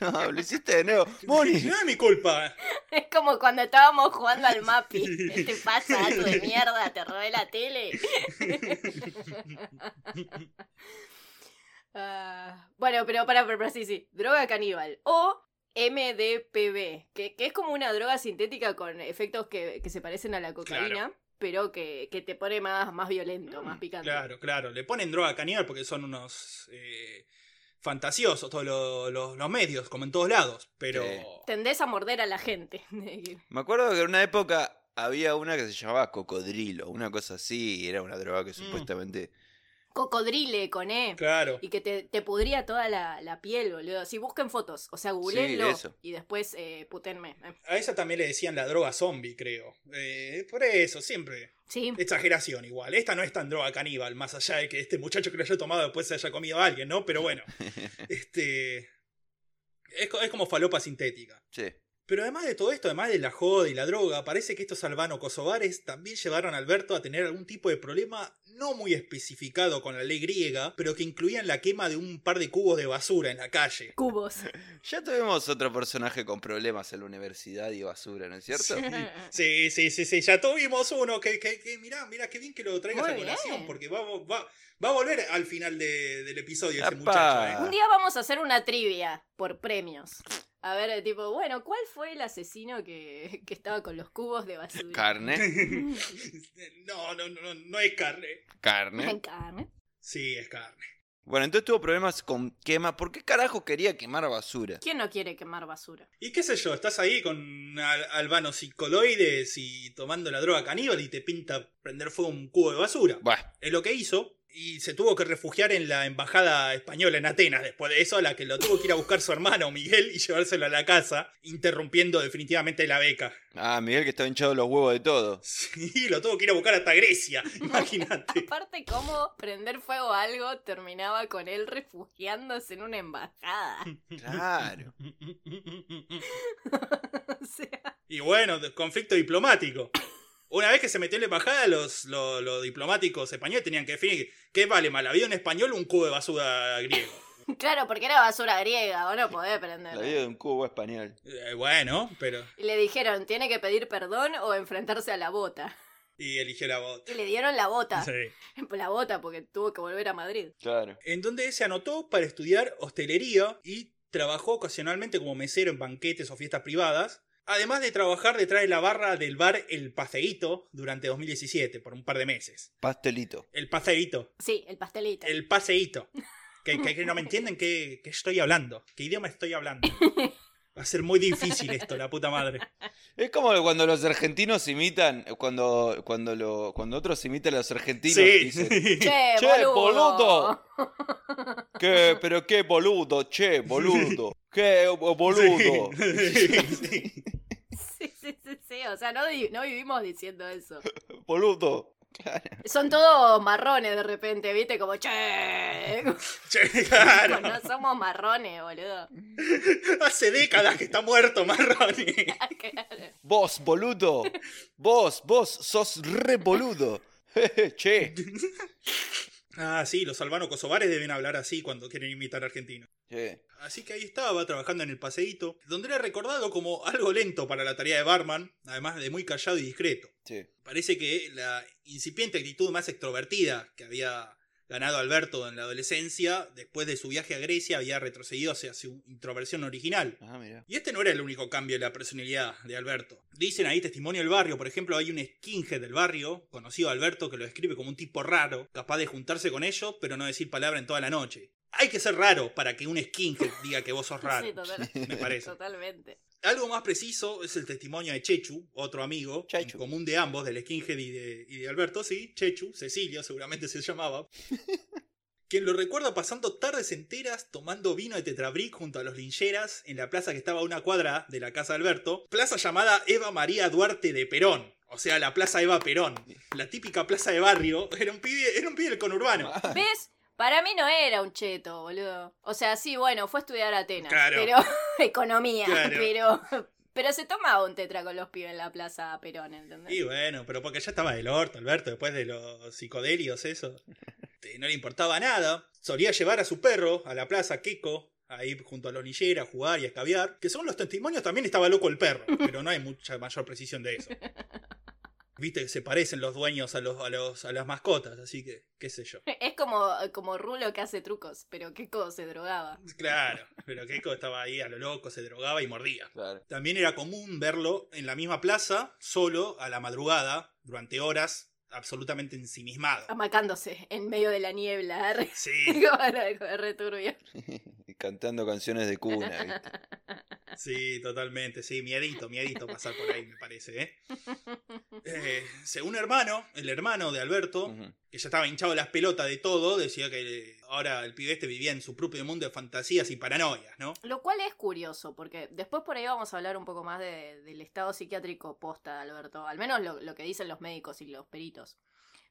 S3: No, lo hiciste de nuevo. Moni.
S2: No es mi culpa.
S4: Es como cuando estábamos jugando al Mapi. Te pasa algo de mierda, te robé la tele. Ah, bueno, pero para, para, para, sí, sí. Droga caníbal. O MDPV, que, que es como una droga sintética con efectos que, que se parecen a la cocaína, pero que, que te pone más, más violento, más picante.
S2: Claro, claro. Le ponen droga caníbal porque son unos eh, fantasiosos todos lo- lo- los medios, como en todos lados, pero...
S3: Sí.
S4: Tendés a morder a la gente.
S3: Me acuerdo que en una época había una que se llamaba cocodrilo, una cosa así, y era una droga que supuestamente.
S4: Cocodrile con E.
S2: Claro.
S4: Y que te, te pudría toda la, la piel, boludo. Si busquen fotos, o sea, googleenlo
S3: eso.
S4: y después eh, putenme. Eh,
S2: A esa también le decían la droga zombie, creo. Eh, por eso, siempre.
S4: Sí,
S2: Exageración igual. Esta no es tan droga caníbal, más allá de que este muchacho que lo haya tomado después se haya comido a alguien, ¿no? Pero bueno. este. Es, co- es como falopa sintética.
S3: Sí.
S2: Pero además de todo esto, además de la joda y la droga, parece que estos albano-kosovares también llevaron a Alberto a tener algún tipo de problema no muy especificado con la ley griega, pero que incluían la quema de un par de cubos de basura en la calle.
S4: cubos.
S3: Ya tuvimos otro personaje con problemas en la universidad y basura, ¿no es cierto?
S2: Sí, sí, sí, sí, ya tuvimos uno que, que, que mirá, mirá, qué bien que lo traigas
S4: Muy
S2: a colación,
S4: bien.
S2: porque va, va, va a volver al final de- del episodio ese
S3: ¡Apa!
S2: muchacho,
S4: Un
S2: ¿eh?
S4: día vamos a hacer una trivia por premios. A ver, eh, tipo, bueno, ¿cuál fue el asesino que, que estaba con los cubos de basura?
S3: Carne, ¿Eh?
S2: No, no, no, no, no es carne.
S3: carne.
S4: Carne.
S2: Sí, es carne.
S3: Bueno, entonces tuvo problemas con quema. ¿Por qué carajo quería quemar basura?
S4: ¿Quién no quiere quemar basura?
S2: Y qué sé yo, estás ahí con al- albanos psicoloides y tomando la droga caníbal y te pinta prender fuego un cubo de basura.
S3: Bah,
S2: Es lo que hizo. Y se tuvo que refugiar en la embajada española en Atenas después de eso, a la que lo tuvo que ir a buscar su hermano Miguel y llevárselo a la casa, interrumpiendo definitivamente la beca.
S3: ah, Miguel que estaba hinchado los huevos de todo.
S2: Sí, lo tuvo que ir a buscar hasta Grecia, imagínate.
S4: Aparte, cómo prender fuego a algo terminaba con él refugiándose en una embajada.
S3: Claro.
S4: O sea,
S2: Y bueno, de- conflicto diplomático. Una vez que se metió en la embajada, los, los, los diplomáticos españoles tenían que definir qué vale más, la vida de un español o un cubo de basura griego.
S4: claro, porque era basura griega, vos no podés prender.
S3: La vida de un cubo español.
S2: Eh, bueno, pero...
S4: Y le dijeron, tiene que pedir perdón o enfrentarse a la bota.
S2: Y eligió la bota.
S4: Y le dieron la bota.
S2: Sí.
S4: La bota porque tuvo que volver a Madrid.
S3: Claro.
S2: en donde se anotó para estudiar hostelería y trabajó ocasionalmente como mesero en banquetes o fiestas privadas, además de trabajar detrás de la barra del bar El Paseíto durante 2017, por un par de meses.
S3: Pastelito.
S2: El Paseíto,
S4: Sí, el pastelito.
S2: el Paseíto. Que, que- que no me entienden qué, qué estoy hablando, qué idioma estoy hablando. Va a ser muy difícil esto, la puta madre.
S3: Es como cuando los argentinos imitan, eh, cuando cuando lo, cuando otros imitan a los argentinos. y
S2: Sí.
S3: dicen,
S4: Che,
S3: Che,
S4: boludo.
S3: boludo. ¿Qué? Pero qué boludo, che, boludo. Qué bo- boludo.
S2: Sí, sí.
S4: Sí, sí, sí, sí. O sea, no, di- no vivimos diciendo eso.
S3: Boludo.
S4: Son todos marrones de repente, ¿viste? Como, che.
S2: Che, claro.
S4: No somos marrones, boludo.
S2: Hace décadas que está muerto Marroni.
S3: Vos, boludo. Vos, vos sos re boludo. che.
S2: Ah, sí, los albano-kosovares deben hablar así cuando quieren imitar a argentinos.
S3: Che.
S2: Así que ahí estaba trabajando en el paseíto, donde era recordado como algo lento para la tarea de barman, además de muy callado y discreto.
S3: Che.
S2: Parece que la incipiente actitud más extrovertida que había ganado Alberto en la adolescencia, después de su viaje a Grecia, había retrocedido hacia su introversión original.
S3: Ah, mira.
S2: Y este no era el único cambio en la personalidad de Alberto. Dicen ahí testimonio del barrio, por ejemplo, hay un skinhead del barrio, conocido a Alberto, que lo describe como un tipo raro, capaz de juntarse con ellos, pero no decir palabra en toda la noche. Hay que ser raro para que un skinhead diga que vos sos raro.
S4: Sí, total-
S2: Me parece.
S4: totalmente.
S2: Algo más preciso es el testimonio de Chechu, otro amigo
S3: Chechu.
S2: en común de ambos, del Skinhead y de, y de Alberto, sí, Chechu, Cecilio seguramente se llamaba, quien lo recuerda pasando tardes enteras tomando vino de Tetrabric junto a los lincheras en la plaza que estaba a una cuadra de la casa de Alberto, plaza llamada Eva María Duarte de Perón. O sea, la Plaza Eva Perón. La típica plaza de barrio. Era un pibe, era un pibe del conurbano.
S4: ¿Ves? Para mí no era un cheto, boludo. O sea, sí, bueno, fue a estudiar a Atenas.
S2: Claro.
S4: Pero, economía.
S2: Claro.
S4: Pero, pero se tomaba un tetra con los pibes en la plaza Perón, ¿entendés?
S2: Y bueno, pero porque ya estaba del orto, Alberto, después de los psicodelios, eso. Este, No le importaba nada. Solía llevar a su perro a la plaza Keko, ahí junto a los Nillera, a jugar y a escabiar. Que son los testimonios, también estaba loco el perro, pero no hay mucha mayor precisión de eso. Viste que se parecen los dueños a, los, a, los, a las mascotas, así que, qué sé yo.
S4: Es como, como Rulo que hace trucos, pero qué cosa se drogaba.
S2: Claro, pero Keko estaba ahí a lo loco, se drogaba y mordía.
S3: Claro.
S2: También era común verlo en la misma plaza, solo, a la madrugada, durante horas, absolutamente ensimismado.
S4: Amacándose en medio de la niebla. Re,
S2: Sí,
S4: como re- como re turbio.
S3: Cantando canciones de cuna. ¿viste?
S2: sí, totalmente, sí, miedito, miedito pasar por ahí, me parece. ¿eh? Eh, según hermano, el hermano de Alberto,
S3: Ujú.
S2: que ya estaba hinchado las pelotas de todo, decía que eh, ahora el pibe este vivía en su propio mundo de fantasías y paranoias, ¿no?
S4: Lo cual es curioso, porque después por ahí vamos a hablar un poco más de- del estado psiquiátrico posta de Alberto, al menos lo, lo que dicen los médicos y los peritos.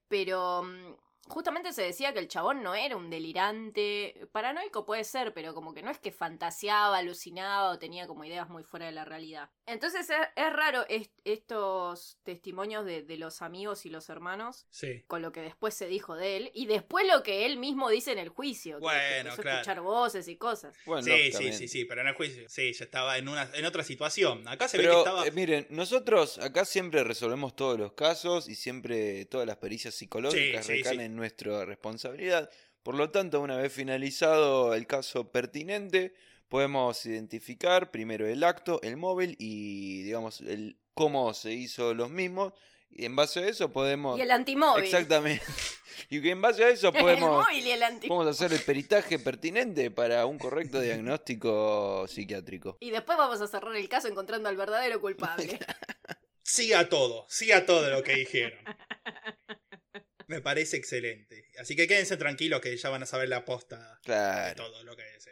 S4: Pero mm, justamente se decía que el chabón no era un delirante, paranoico puede ser, pero como que no es que fantaseaba, alucinaba o tenía como ideas muy fuera de la realidad. Entonces es, es raro est- estos testimonios de- de los amigos y los hermanos
S2: Sí.
S4: con lo que después se dijo de él y después lo que él mismo dice en el juicio. que-
S2: Bueno,
S4: que empezó a
S2: claro.
S4: escuchar voces y cosas.
S3: Bueno,
S2: Sí, sí,
S3: lógicamente.
S2: sí, sí, pero en el juicio, sí, ya estaba en, una, en otra situación. Acá se ve que
S3: Pero
S2: estaba...
S3: eh, miren, nosotros acá siempre resolvemos todos los casos y siempre todas las pericias psicológicas
S2: Sí, sí,
S3: recaen
S2: sí.
S3: en nuestra responsabilidad. Por lo tanto, una vez finalizado el caso pertinente, podemos identificar primero el acto, el móvil y digamos el cómo se hizo los mismos. Y en base a eso podemos
S4: Y el antimóvil.
S3: exactamente y que en base a eso
S4: El
S3: podemos
S4: móvil y el antimóvil.
S3: podemos hacer el peritaje pertinente para un correcto diagnóstico psiquiátrico.
S4: Y después vamos a cerrar el caso encontrando al verdadero culpable.
S2: Sí a todo, sí a todo lo que dijeron. Me parece excelente. Así que quédense tranquilos que ya van a saber la posta de
S3: Claro.
S2: todo lo que es. eh.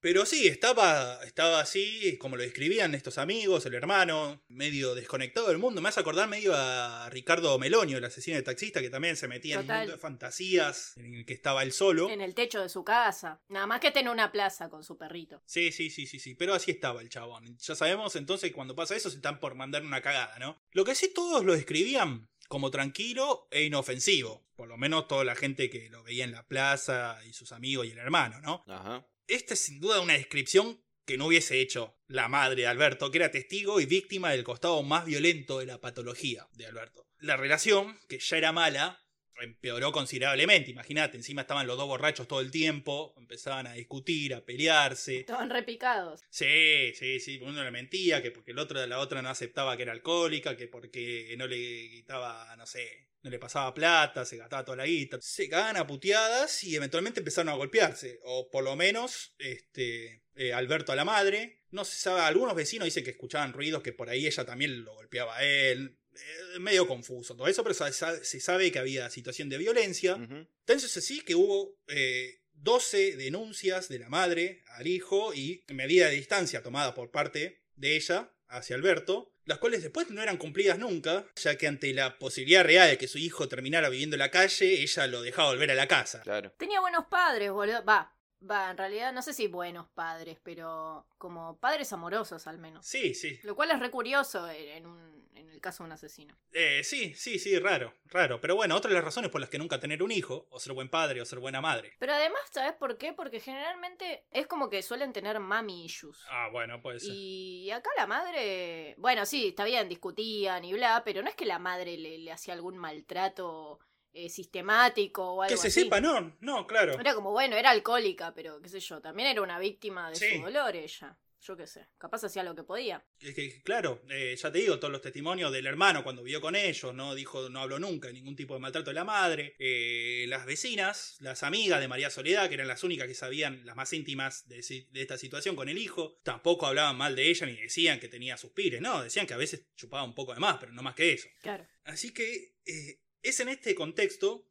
S2: Pero sí, estaba, estaba así, como lo describían estos amigos, el hermano, medio desconectado del mundo. Me hace acordar medio a Ricardo Melonio, el asesino de taxista, que también se metía en un
S4: Total.
S2: mundo de fantasías en el que estaba él solo.
S4: en el techo de su casa. Nada más que esté en una plaza con su perrito.
S2: Sí, sí, sí, sí, sí, pero así estaba el chabón. Ya sabemos entonces que cuando pasa eso se están por mandar una cagada, ¿no? Lo que sí todos lo describían como tranquilo e inofensivo. Por lo menos toda la gente que lo veía en la plaza y sus amigos y el hermano, ¿no?
S3: Ajá.
S2: Esta es sin duda una descripción que no hubiese hecho la madre de Alberto, que era testigo y víctima del costado más violento de la patología de Alberto. La relación, que ya era mala, empeoró considerablemente, imagínate, encima estaban los dos borrachos todo el tiempo, empezaban a discutir, a pelearse.
S4: Estaban repicados.
S2: Sí, sí, sí, uno le mentía, que porque el otro, la otra no aceptaba que era alcohólica, que porque no le quitaba, no sé, no le pasaba plata, se gastaba toda la guita. Se cagaban a puteadas y eventualmente empezaron a golpearse. O por lo menos, este, eh, Alberto a la madre. No se sabe, algunos vecinos dicen que escuchaban ruidos que por ahí ella también lo golpeaba a él. Eh, medio confuso todo eso, pero se sabe- se sabe que había situación de violencia.
S3: Ujú.
S2: Entonces así que hubo eh, 12 denuncias de la madre al hijo y medida de distancia tomada por parte de ella hacia Alberto, las cuales después no eran cumplidas nunca, ya que ante la posibilidad real de que su hijo terminara viviendo en la calle, ella lo dejaba volver a la casa.
S3: Claro.
S4: Tenía buenos padres, boludo. Va, va, en realidad no sé si buenos padres, pero como padres amorosos al menos.
S2: Sí, sí,
S4: Lo cual es re curioso en, en un- en el caso de un asesino.
S2: Eh, sí, sí, sí, raro, raro. Pero bueno, otra de las razones por las que nunca tener un hijo, o ser buen padre, o ser buena madre.
S4: Pero además, ¿sabes por qué? Porque generalmente es como que suelen tener mami issues.
S2: Ah, bueno, puede ser.
S4: Y acá la madre, bueno, sí, está bien, discutían y bla, pero no es que la madre le, le hacía algún maltrato eh, sistemático o algo
S2: Que se
S4: así.
S2: sepa, no, no, claro.
S4: Era como, bueno, era alcohólica, pero qué sé yo, también era una víctima de
S2: Sí.
S4: su dolor ella. Yo qué sé, capaz hacía lo que podía.
S2: Es que, claro, eh, ya te digo, todos los testimonios del hermano cuando vivió con ellos, no dijo, no habló nunca de ningún tipo de maltrato de la madre. Eh, las vecinas, las amigas de María Soledad, que eran las únicas que sabían, las más íntimas de, si- de esta situación con el hijo, tampoco hablaban mal de ella ni decían que tenía sus pires, no, decían que a veces chupaba un poco de más, pero no más que eso.
S4: Claro.
S2: Así que eh, es en este contexto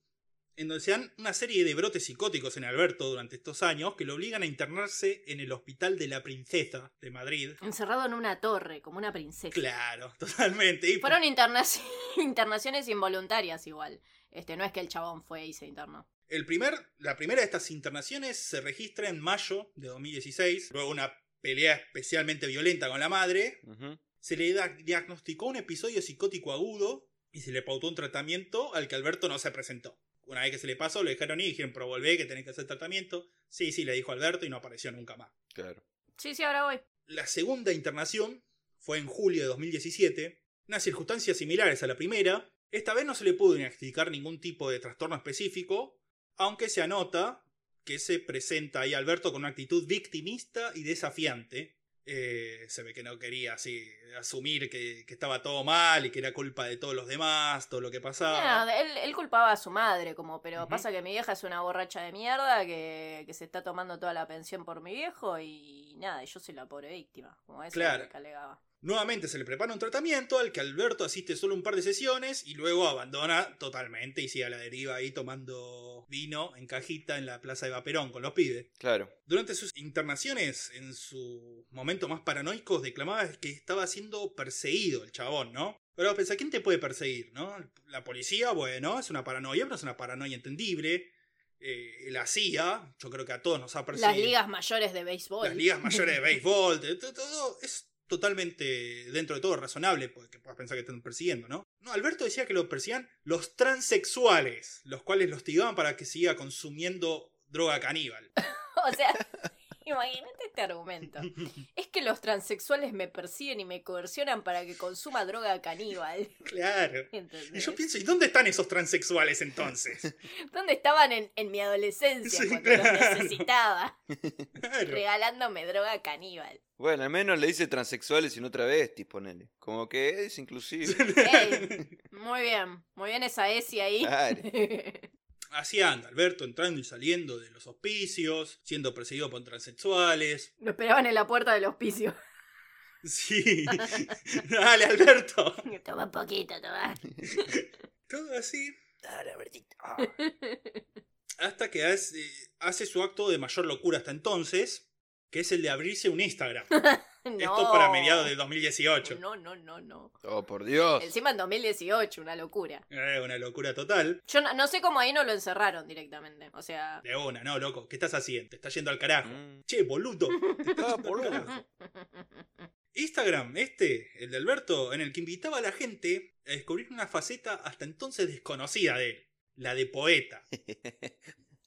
S2: en donde se dan una serie de brotes psicóticos en Alberto durante estos años que lo obligan a internarse en el Hospital de la Princesa de Madrid.
S4: Encerrado en una torre, como una princesa.
S2: Claro, totalmente. Y
S4: Fueron interna- internaciones involuntarias igual. Este, no es que el chabón fue y se internó.
S2: el primer, la primera de estas internaciones se registra en mayo de 2016, luego una pelea especialmente violenta con la madre,
S3: Ujú.
S2: se le da- diagnosticó un episodio psicótico agudo y se le pautó un tratamiento al que Alberto no se presentó. Una vez que se le pasó, lo dejaron ir y dijeron, pero volvé que tenés que hacer tratamiento. Sí, sí, le dijo Alberto y no apareció nunca más.
S3: Claro.
S4: Sí, sí, ahora voy.
S2: La segunda internación fue en julio de 2017, unas circunstancias similares a la primera. Esta vez no se le pudo diagnosticar ningún tipo de trastorno específico, aunque se anota que se presenta ahí Alberto con una actitud victimista y desafiante, Eh, se ve que no quería así asumir que, que estaba todo mal y que era culpa de todos los demás, todo lo que pasaba.
S4: No, él, él culpaba a su madre, como, pero
S2: Ujú.
S4: pasa que mi vieja es una borracha de mierda que, que se está tomando toda la pensión por mi viejo y nada, yo soy la pobre víctima, como eso
S2: Claro.
S4: era lo que alegaba.
S2: Nuevamente se le prepara un tratamiento al que Alberto asiste solo un par de sesiones y luego abandona totalmente y sigue a la deriva ahí tomando vino en cajita en la plaza de Vaperón con los pibes.
S3: Claro.
S2: Durante sus internaciones, en sus momentos más paranoicos, declamaba que estaba siendo perseguido el chabón, ¿no? Pero vos pensás, ¿quién te puede perseguir, no? La policía, bueno, es una paranoia, pero es una paranoia entendible. Eh, la CIA, yo creo que a todos nos ha perseguido.
S4: Las ligas mayores de béisbol.
S2: Las ligas mayores de béisbol, de to- todo es totalmente, dentro de todo, razonable, porque puedas pensar que están persiguiendo, ¿no? No, Alberto decía que lo persigan los transexuales, los cuales lo hostigaban para que siga consumiendo droga caníbal.
S4: O sea, imagínate este argumento. Es que los transexuales me persiguen y me coercionan para que consuma droga caníbal.
S2: Claro. Y
S4: ¿entendés?
S2: yo pienso, ¿y dónde están esos transexuales entonces?
S4: ¿Dónde estaban en, en mi adolescencia
S2: Sí,
S4: cuando
S2: claro.
S4: los necesitaba?
S2: Claro.
S4: Regalándome droga caníbal.
S3: Bueno, al menos le dice transexuales y no travestis, ponele. Como que es inclusive.
S4: Ey, muy bien, muy bien esa Esi ahí.
S3: Claro.
S2: Así anda, Alberto entrando y saliendo de los hospicios, siendo perseguido por transexuales.
S4: Lo esperaban en la puerta del hospicio.
S2: Sí. Dale, Alberto.
S4: Toma un poquito, toma.
S2: Todo así.
S3: Dale, Bertito. Ah.
S2: Hasta que hace, hace su acto de mayor locura hasta entonces, que es el de abrirse un Instagram.
S4: No.
S2: Esto para mediados del 2018.
S4: No, no, no, no.
S3: Oh, por Dios.
S4: Encima en 2018, una locura.
S2: Eh, una locura total.
S4: Yo no, no sé cómo ahí no lo encerraron directamente. O sea.
S2: De una, no, loco. ¿Qué estás haciendo? Te estás yendo al carajo.
S3: Mm.
S2: Che, boludo. Te estás yendo
S3: Ah,
S2: al
S3: boludo.
S2: carajo. Instagram, este, el de Alberto, en el que invitaba a la gente a descubrir una faceta hasta entonces desconocida de él, la de poeta.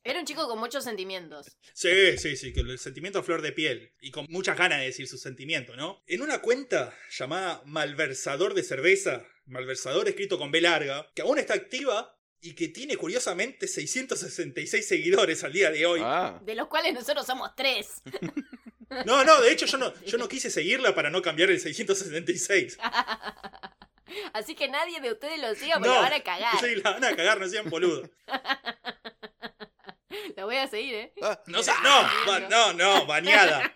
S4: Era un chico con muchos sentimientos.
S2: Sí, sí, sí, que el sentimiento a flor de piel, y con muchas ganas de decir su sentimiento, ¿no? En una cuenta llamada Malversador de Cerveza, Malversador escrito con B larga, que aún está activa y que tiene curiosamente 666 seguidores al día de hoy.
S3: Ah.
S4: De los cuales nosotros somos tres.
S2: No, no, de hecho yo no, yo no quise seguirla para no cambiar el 666.
S4: Así que nadie de ustedes lo siga porque
S2: No.
S4: lo van a cagar.
S2: Sí, la van a cagar, no sean boludos.
S4: Lo voy a seguir, ¿eh?
S3: Ah.
S2: No, sé- no, ba- no, no, bañada.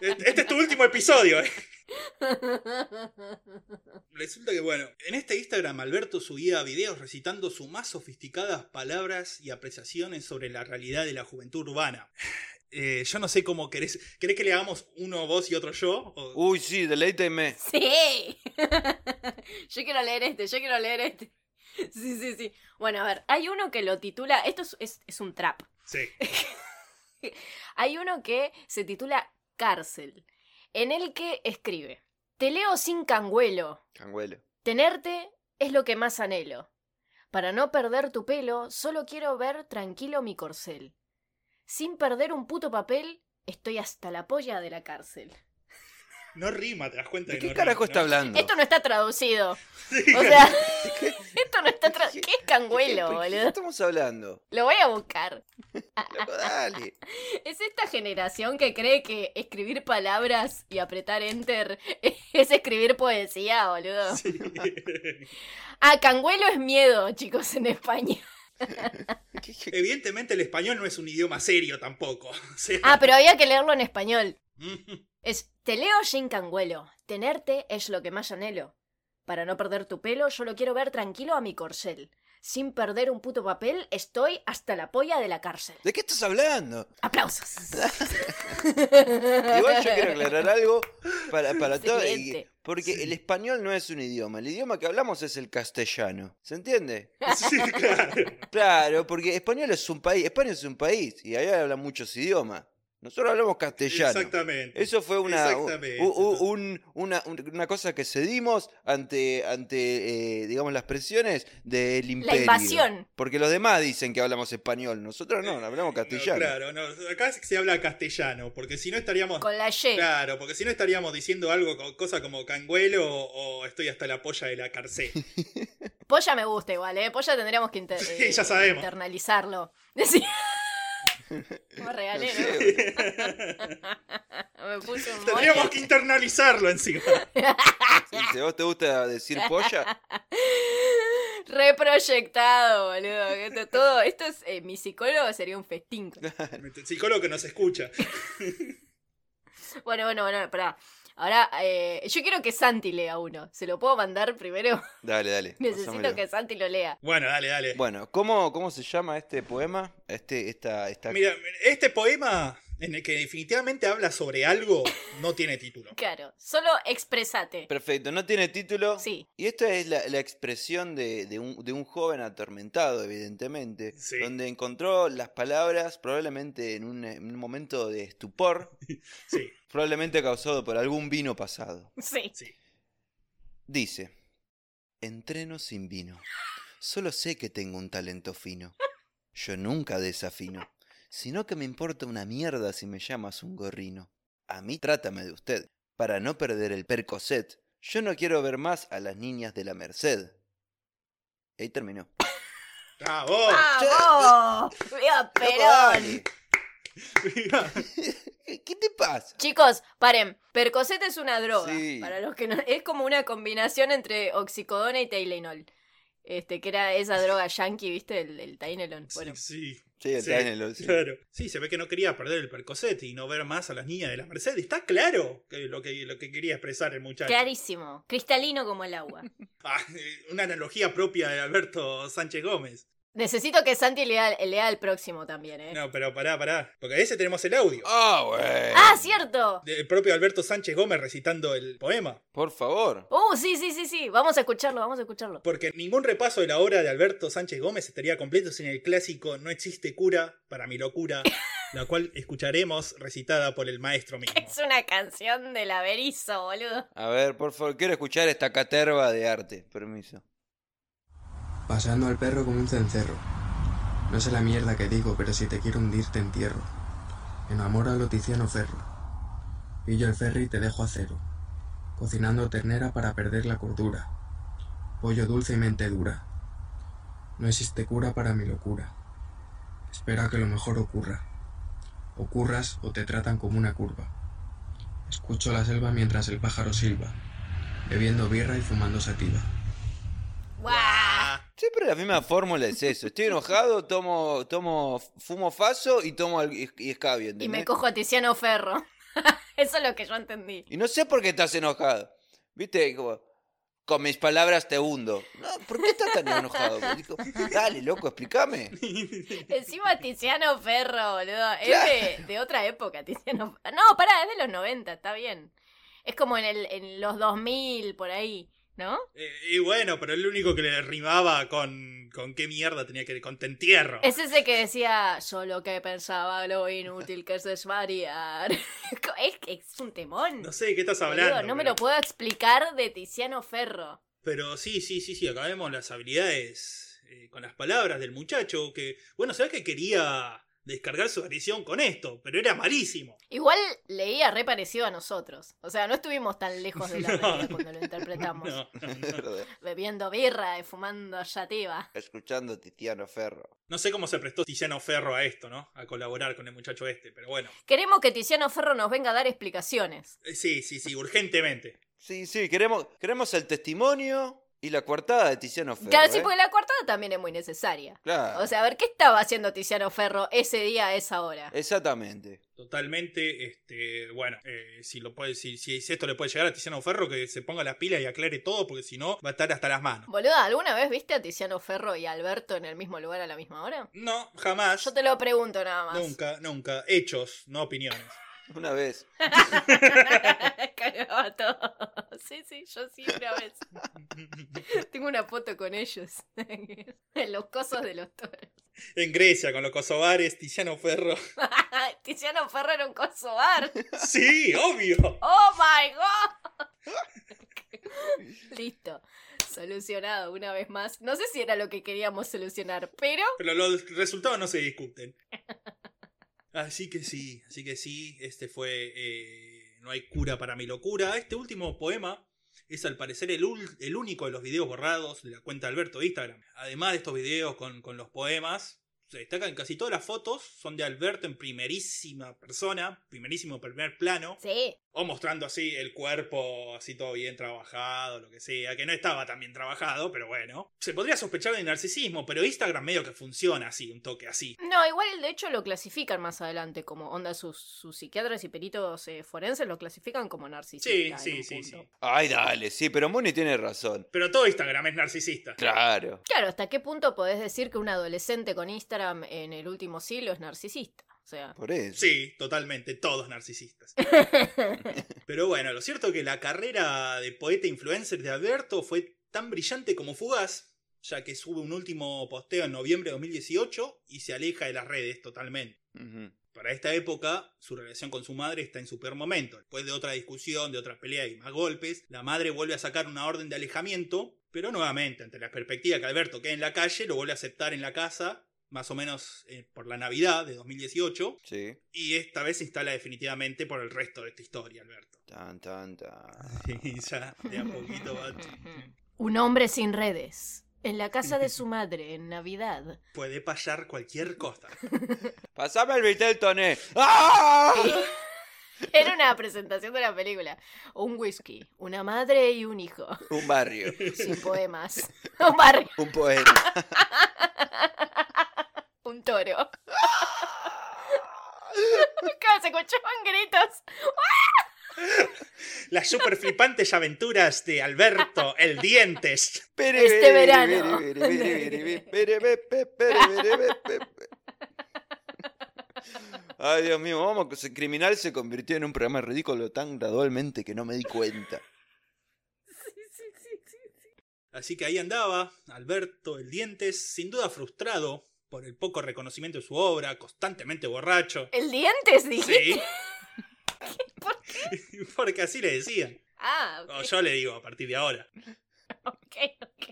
S2: Este este es tu último episodio. eh.
S4: ¿eh?
S2: Resulta que, bueno, en este Instagram Alberto subía videos recitando sus más sofisticadas palabras y apreciaciones sobre la realidad de la juventud urbana. Eh, yo no sé cómo querés. ¿Querés que le hagamos uno vos y otro yo? O-
S3: Uy, sí, deleíteme.
S4: Sí. yo quiero leer este, yo quiero leer este. Sí, sí, sí. Bueno, a ver, hay uno que lo titula, esto es, es- es un trap.
S2: Sí.
S4: Hay uno que se titula Cárcel, en el que escribe, te leo sin canguelo,
S3: Canguelo.
S4: tenerte es lo que más anhelo. Para no perder tu pelo, solo quiero ver tranquilo mi corcel. Sin perder un puto papel, estoy hasta la polla de la cárcel.
S2: No rima, te das cuenta.
S3: ¿De
S2: que
S3: qué
S2: no
S3: carajo está
S2: rima, ¿no?
S3: hablando?
S4: Esto no está traducido.
S2: Sí.
S4: O sea, esto no está tra- ¿Qué es
S3: ¿De
S4: canguelo,
S3: qué- ¿De qué
S4: boludo?
S3: estamos hablando?
S4: Lo voy a buscar.
S3: Loco, dale.
S4: Es esta generación que cree que escribir palabras y apretar enter es escribir poesía, boludo. Ah, canguelo es miedo, chicos, en España.
S3: ¿Qué- qué-
S2: Evidentemente el español no es un idioma serio tampoco. O sea,
S4: Ah, pero había que leerlo en español.
S2: mm,
S4: Es, te leo sin canguelo. Tenerte es lo que más anhelo. Para no perder tu pelo, yo lo quiero ver tranquilo a mi corcel. Sin perder un puto papel, estoy hasta la polla de la cárcel.
S3: ¿De qué estás hablando?
S4: ¡Aplausos!
S3: Igual yo quiero aclarar algo para, para todo. y-
S4: Excelente.
S3: Porque
S2: Sí.
S3: el español no es un idioma. El idioma que hablamos es el castellano. ¿Se entiende?
S2: sí, claro.
S3: Claro, porque español es un país. España es un país. Y allá hablan muchos idiomas. Nosotros hablamos castellano.
S2: Exactamente.
S3: Eso fue una, u-
S2: Exactamente.
S3: u- u- un- una, un- una cosa que cedimos ante, ante eh, digamos, las presiones del
S4: La
S3: imperio.
S4: invasión.
S3: Porque los demás dicen que hablamos español, nosotros no, hablamos castellano.
S2: No, claro, no, acá se habla castellano, porque si no estaríamos.
S4: Con la Y.
S2: Claro, porque si no estaríamos diciendo algo, co- cosa como canguelo o, o estoy hasta la polla de la cárcel.
S4: Polla me gusta igual, ¿eh? Polla tendríamos que inter-
S2: Sí,
S4: eh,
S2: ya sabemos.
S4: internalizarlo. Sí. Como regalero. Me puse un
S2: Tendríamos
S4: moño.
S2: que internalizarlo encima.
S3: Si a vos te gusta decir polla,
S4: Reproyectado, boludo. que Esto, todo, esto es. eh, mi psicólogo sería un festín.
S2: El psicólogo que nos escucha.
S4: Bueno, bueno, bueno, pará. Ahora, eh, yo quiero que Santi lea uno. ¿Se lo puedo mandar primero?
S3: dale, dale.
S4: Necesito
S3: pasámelo.
S4: que Santi lo lea.
S2: Bueno, dale, dale.
S3: Bueno, ¿cómo, ¿cómo se llama este poema? Este, esta, esta...
S2: Mira, este poema en el que definitivamente habla sobre algo no tiene título.
S4: Claro, solo expresate.
S3: Perfecto, no tiene título.
S4: Sí.
S3: Y esta es la, la expresión de, de un, de un joven atormentado, evidentemente,
S2: Sí.
S3: donde encontró las palabras probablemente en un, en un momento de estupor,
S2: Sí,
S3: probablemente causado por algún vino pasado.
S4: Sí.
S2: sí.
S3: Dice, entreno sin vino, solo sé que tengo un talento fino. Yo nunca desafino, sino que me importa una mierda si me llamas un gorrino. A mí trátame de usted, para no perder el percocet. Yo no quiero ver más a las niñas de la Merced. Ahí terminó.
S2: ¡Bravo!
S4: Ah. ¡Vamos! ¡Viva
S3: Loco,
S4: Perón!
S3: dale. ¿Qué qué te pasa?
S4: Chicos, paren. Percocet es una droga.
S3: Sí.
S4: Para los que no, es como una combinación entre oxicodona y Tylenol. Este, que era esa droga yankee, ¿viste? El, el Tylenol. Bueno,
S2: sí, sí,
S3: Sí,
S2: Sí,
S3: está en el-
S2: claro. Sí, se ve que no quería perder el percocet y no ver más a las niñas de la Mercedes. Está claro que lo que, lo que quería expresar el muchacho.
S4: clarísimo. Cristalino como el agua.
S2: Ah, eh, una analogía propia de Alberto Sánchez Gómez.
S4: Necesito que Santi lea, lea el próximo también, ¿eh?
S2: No, pero pará, pará. Porque de ese tenemos el audio.
S3: Ah, bueno.
S4: ¡Ah, cierto!
S2: Del propio Alberto Sánchez Gómez recitando el poema.
S3: Por favor.
S4: Uh, sí, sí, sí, sí. Vamos a escucharlo, vamos a escucharlo.
S2: Porque ningún repaso de la obra de Alberto Sánchez Gómez estaría completo sin el clásico No existe cura para mi locura, la cual escucharemos recitada por el maestro mismo.
S4: Es una canción del averizo, boludo.
S3: A ver, por favor, quiero escuchar esta caterva de arte. Permiso.
S1: Pasando al perro como un cencerro. No sé la mierda que digo, pero si te quiero hundir te entierro. Enamora a Tiziano Ferro. Pillo el ferry y te dejo a cero. Cocinando ternera para perder la cordura. Pollo dulce y mente dura. No existe cura para mi locura. Espera que lo mejor ocurra. Ocurras o te tratan como una curva. Escucho la selva mientras el pájaro silba, bebiendo birra y fumando sativa.
S4: ¡Guau!
S3: Siempre la misma fórmula es eso. Estoy enojado, tomo, tomo, fumo faso y tomo al- y y escabio,
S4: Y me
S3: ¿entendés?
S4: cojo a Tiziano Ferro. Eso es lo que yo entendí.
S3: Y no sé por qué estás enojado. ¿Viste? Como, con mis palabras te hundo. No, ¿por qué estás tan enojado? Digo, Dale, loco, explícame.
S4: Encima Tiziano Ferro, boludo. Es de, de otra época, Tiziano Ferro. No, pará, es de los 90, está bien. Es como en, el, en los 2000, por ahí, ¿no?
S2: Eh, y bueno, pero el único que le rimaba con, con qué mierda tenía que con te entierro.
S4: Es ese que decía, yo lo que pensaba, lo inútil que es desvariar. Es, es un temón.
S2: No sé de qué estás
S4: boludo,
S2: hablando.
S4: no me
S2: pero,
S4: lo puedo explicar de Tiziano Ferro.
S2: pero sí, sí, sí, sí, acá vemos las habilidades eh, con las palabras del muchacho que, bueno, se ve que quería descargar su adicción con esto, pero era malísimo.
S4: Igual leía re parecido a nosotros. O sea, no estuvimos tan lejos de
S2: No.
S4: la realidad cuando lo interpretamos.
S2: No, no,
S3: Es
S2: no.
S3: verdad.
S4: Bebiendo birra y fumando yativa.
S3: Escuchando a Tiziano Ferro.
S2: No sé cómo se prestó Tiziano Ferro a esto, ¿no? A colaborar con el muchacho este, pero bueno.
S4: Queremos que Tiziano Ferro nos venga a dar explicaciones.
S2: Eh, Sí, sí, sí, urgentemente.
S3: Sí, sí, queremos, queremos el testimonio y la coartada de Tiziano Ferro.
S4: claro, sí,
S3: ¿eh?
S4: porque la coartada también es muy necesaria.
S3: Claro.
S4: O sea, a ver, ¿qué estaba haciendo Tiziano Ferro ese día a esa hora?
S3: Eh. Exactamente.
S2: Totalmente, este, bueno, eh, si lo puede, si, si esto le puede llegar a Tiziano Ferro, que se ponga las pilas y aclare todo, porque si no, va a estar hasta las manos.
S4: Boluda, ¿alguna vez viste a Tiziano Ferro y Alberto en el mismo lugar a la misma hora?
S2: No, jamás.
S4: Yo te lo pregunto nada más.
S2: Nunca, nunca. Hechos, no opiniones.
S3: Una vez.
S4: Cagaba todo. Sí, sí, yo sí una vez. Tengo una foto con ellos. en los cosos de los toros.
S2: en Grecia, con los kosovares, Tiziano Ferro.
S4: Tiziano Ferro era un coso bar.
S2: sí, obvio.
S4: ¡Oh my god! Listo. Solucionado una vez más. No sé si era lo que queríamos solucionar, pero.
S2: Pero los resultados no se discuten. Así que sí, así que sí, este fue eh, No hay cura para mi locura. Este último poema es al parecer el, ul- el único de los videos borrados de la cuenta de Alberto de Instagram. Además de estos videos con, con los poemas, se destacan casi todas las fotos, son de Alberto en primerísima persona, primerísimo primer plano,
S4: Sí.
S2: o mostrando así el cuerpo, así todo bien trabajado, lo que sea, que no estaba tan bien trabajado, pero bueno. Se podría sospechar de narcisismo, pero Instagram medio que funciona así, un toque así.
S4: No, igual de hecho lo clasifican más adelante como onda sus, sus psiquiatras y peritos eh, forenses lo clasifican como
S2: Sí,
S4: narcisista. en
S2: sí,
S4: un
S2: sí, sí.
S4: punto.
S3: Ay, dale, sí, pero Moni tiene razón.
S2: Pero todo Instagram es narcisista.
S3: Claro.
S4: Claro, ¿hasta qué punto podés decir que un adolescente con Instagram en el último siglo es narcisista? O sea,
S3: Por eso.
S2: Sí, totalmente, todos narcisistas. Pero bueno, lo cierto es que la carrera de poeta influencer de Alberto fue tan brillante como fugaz, ya que sube un último posteo en noviembre de 2018 y se aleja de las redes totalmente.
S3: Ujú.
S2: Para esta época, su relación con su madre está en su peor momento. Después de otra discusión, de otra pelea y más golpes, la madre vuelve a sacar una orden de alejamiento, pero nuevamente, ante la perspectiva que Alberto quede en la calle, lo vuelve a aceptar en la casa, más o menos eh, por la Navidad de 2018,
S3: Sí.
S2: y esta vez se instala definitivamente por el resto de esta historia, Alberto.
S3: Tan, tan, tan.
S2: Y ya, de a poquito va-
S4: un hombre sin redes. En la casa de su madre, en Navidad.
S2: Puede pasar cualquier cosa.
S3: Pasame el vitel toné. ¡Ah!
S4: Era una presentación de la película. Un whisky, una madre y un hijo.
S3: Un barrio.
S4: Sin poemas. Un barrio,
S3: Un poeta.
S4: un toro. Claro, Se escuchaban gritos.
S2: Las super flipantes aventuras de Alberto, el dientes.
S3: Pere,
S4: Este
S3: pere,
S4: verano.
S3: pere, pere, pere, pere, pere, pere, pere, pere, pere, pere. Ay, Dios mío, vamos, que ese criminal se convirtió en un programa ridículo tan gradualmente que no me di cuenta.
S2: Así que ahí andaba Alberto el Dientes, sin duda frustrado por el poco reconocimiento de su obra, constantemente borracho.
S4: El dientes, dije.
S2: Sí. Porque así le decían.
S4: Ah, ok,
S2: O Oh, yo le digo a partir de ahora.
S4: ok, ok.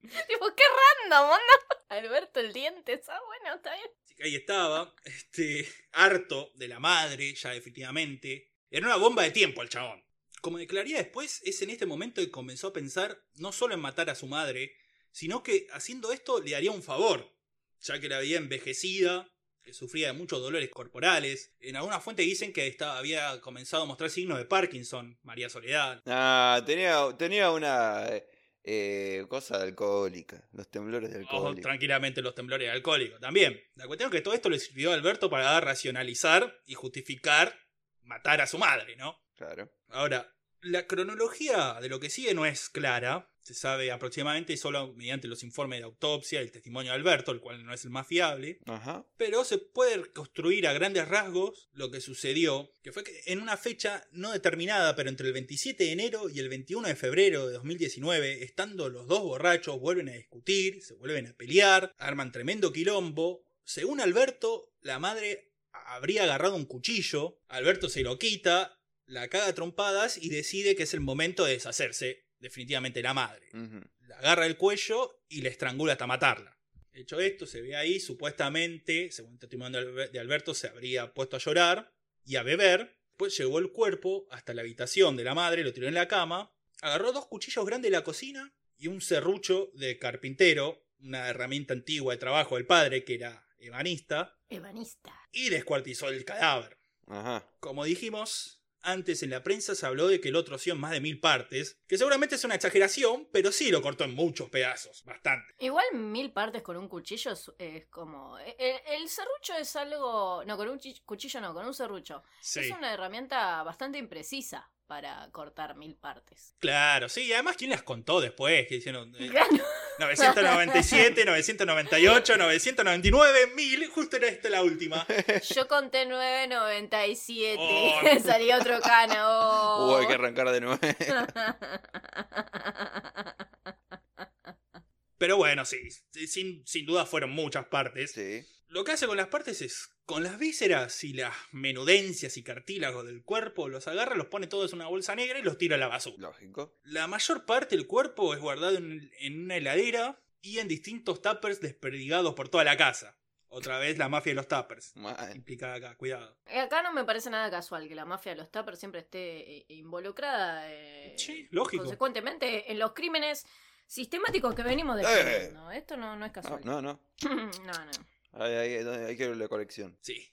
S4: Tipo, qué random, onda. Alberto el dientes. Ah, bueno, está bien.
S2: Así que ahí estaba, este, harto de la madre, ya definitivamente. Era una bomba de tiempo el chabón. Como declararía después, es en este momento que comenzó a pensar no solo en matar a su madre, sino que haciendo esto le haría un favor, ya que la había envejecida, que sufría de muchos dolores corporales. En alguna fuente dicen que estaba- había comenzado a mostrar signos de Parkinson, María Soledad.
S3: Ah, tenía, tenía una eh, cosa alcohólica, los temblores de
S2: O
S3: alcohólico.
S2: tranquilamente los temblores alcohólicos también. La cuestión es que todo esto le sirvió a Alberto para racionalizar y justificar matar a su madre, ¿no?
S3: Claro.
S2: Ahora, la cronología de lo que sigue no es clara. Se sabe aproximadamente solo mediante los informes de autopsia y el testimonio de Alberto, el cual no es el más fiable.
S3: Ajá.
S2: Pero se puede reconstruir a grandes rasgos lo que sucedió, que fue que en una fecha no determinada, pero entre el 27 de enero y el 21 de febrero de 2019, estando los dos borrachos, vuelven a discutir, se vuelven a pelear, arman tremendo quilombo. Según Alberto, la madre habría agarrado un cuchillo, Alberto se lo quita, la caga a trompadas y decide que es el momento de deshacerse definitivamente de la madre
S3: Ujú.
S2: la agarra del cuello y la estrangula hasta matarla. Hecho esto, se ve ahí, supuestamente, según el testimonio de Albe- de Alberto, se habría puesto a llorar y a beber. Después llevó el cuerpo hasta la habitación de la madre, lo tiró en la cama, agarró dos cuchillos grandes de la cocina y un serrucho de carpintero, una herramienta antigua de trabajo del padre, que era ebanista,
S4: Ebanista.
S2: y descuartizó el cadáver.
S3: Ajá.
S2: Como dijimos, antes en la prensa se habló de que el otro hacía en más de mil partes, que seguramente es una exageración, pero sí lo cortó en muchos pedazos, bastante.
S4: Igual mil partes con un cuchillo es, es como... El, el serrucho es algo... No, con un chi- cuchillo no, con un serrucho.
S2: Sí.
S4: Es una herramienta bastante imprecisa para cortar mil partes.
S2: Claro, sí, y además, ¿quién las contó después? Que hicieron eh,
S4: Claro.
S2: 997, 998, 999, 1000, justo era esta la última.
S4: Yo conté 9.97.
S2: Oh.
S4: Salió otro cano.
S3: Uh, hay que arrancar de nuevo.
S2: Pero bueno, sí, sí, sin, sin duda fueron muchas partes.
S3: sí.
S2: Lo que hace con las partes es, con las vísceras y las menudencias y cartílagos del cuerpo, los agarra, los pone todos en una bolsa negra y los tira a la basura.
S3: Lógico.
S2: La mayor parte del cuerpo es guardado en, en una heladera y en distintos tuppers desperdigados por toda la casa. Otra vez la mafia de los tuppers.
S3: Mal.
S2: Implicada acá, cuidado.
S4: Acá no me parece nada casual que la mafia de los tappers siempre esté eh, involucrada. eh,
S2: Sí, lógico.
S4: Consecuentemente, en los
S2: Eh.
S4: crímenes sistemáticos que venimos defendiendo. Esto no, no es
S3: No,
S4: casual.
S3: no, no.
S4: no, no.
S3: Ahí, ahí, es donde- ahí quiero la colección.
S2: Sí.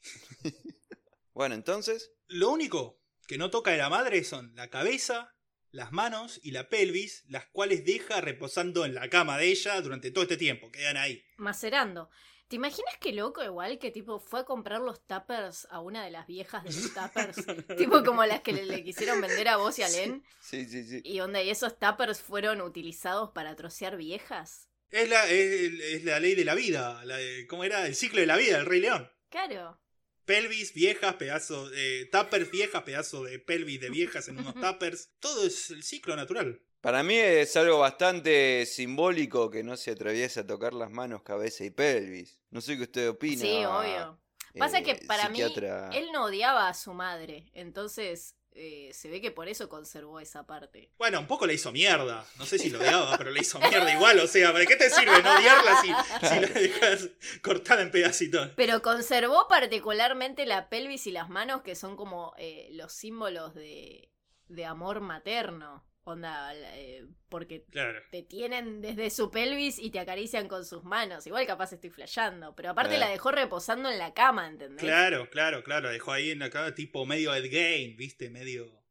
S3: Bueno, entonces.
S2: Lo único que no toca de la madre son la cabeza, las manos y la pelvis, las cuales deja reposando en la cama de ella durante todo este tiempo. Quedan ahí.
S4: Macerando. ¿Te imaginas qué loco igual que tipo fue a comprar los tuppers a una de las viejas de los tuppers? tipo como las que le, le quisieron vender a vos y a Len.
S3: Sí, sí, sí.
S4: Y onda, y esos tuppers fueron utilizados para trocear viejas.
S2: Es la, es, es la ley de la vida. la de- ¿Cómo era? El ciclo de la vida del Rey León.
S4: Claro.
S2: Pelvis viejas, pedazos de. Tappers viejas, pedazos de pelvis de viejas en unos tappers. Todo es el ciclo natural.
S3: Para mí es algo bastante simbólico que no se atraviesa a tocar las manos, cabeza y pelvis. No sé qué usted opina.
S4: Sí, obvio. Pasa que para mí,
S3: eh, psiquiatra.
S4: Él no odiaba a su madre, entonces eh, se ve que por eso conservó esa parte.
S2: Bueno, un poco la hizo mierda. No sé si lo odiaba, pero la hizo mierda igual. O sea, ¿para qué te sirve no odiarla si, si la dejas cortada en pedacitos?
S4: Pero conservó particularmente la pelvis y las manos, que son como eh, los símbolos de, de amor materno. Onda, la- eh, porque
S2: Claro.
S4: te tienen desde su pelvis y te acarician con sus manos. Igual capaz estoy flasheando, pero aparte
S3: Eh.
S4: la dejó reposando en la cama, ¿entendés?
S2: Claro, claro, claro. la Dejó ahí en la cara tipo medio Ed Gein, ¿viste? Medio.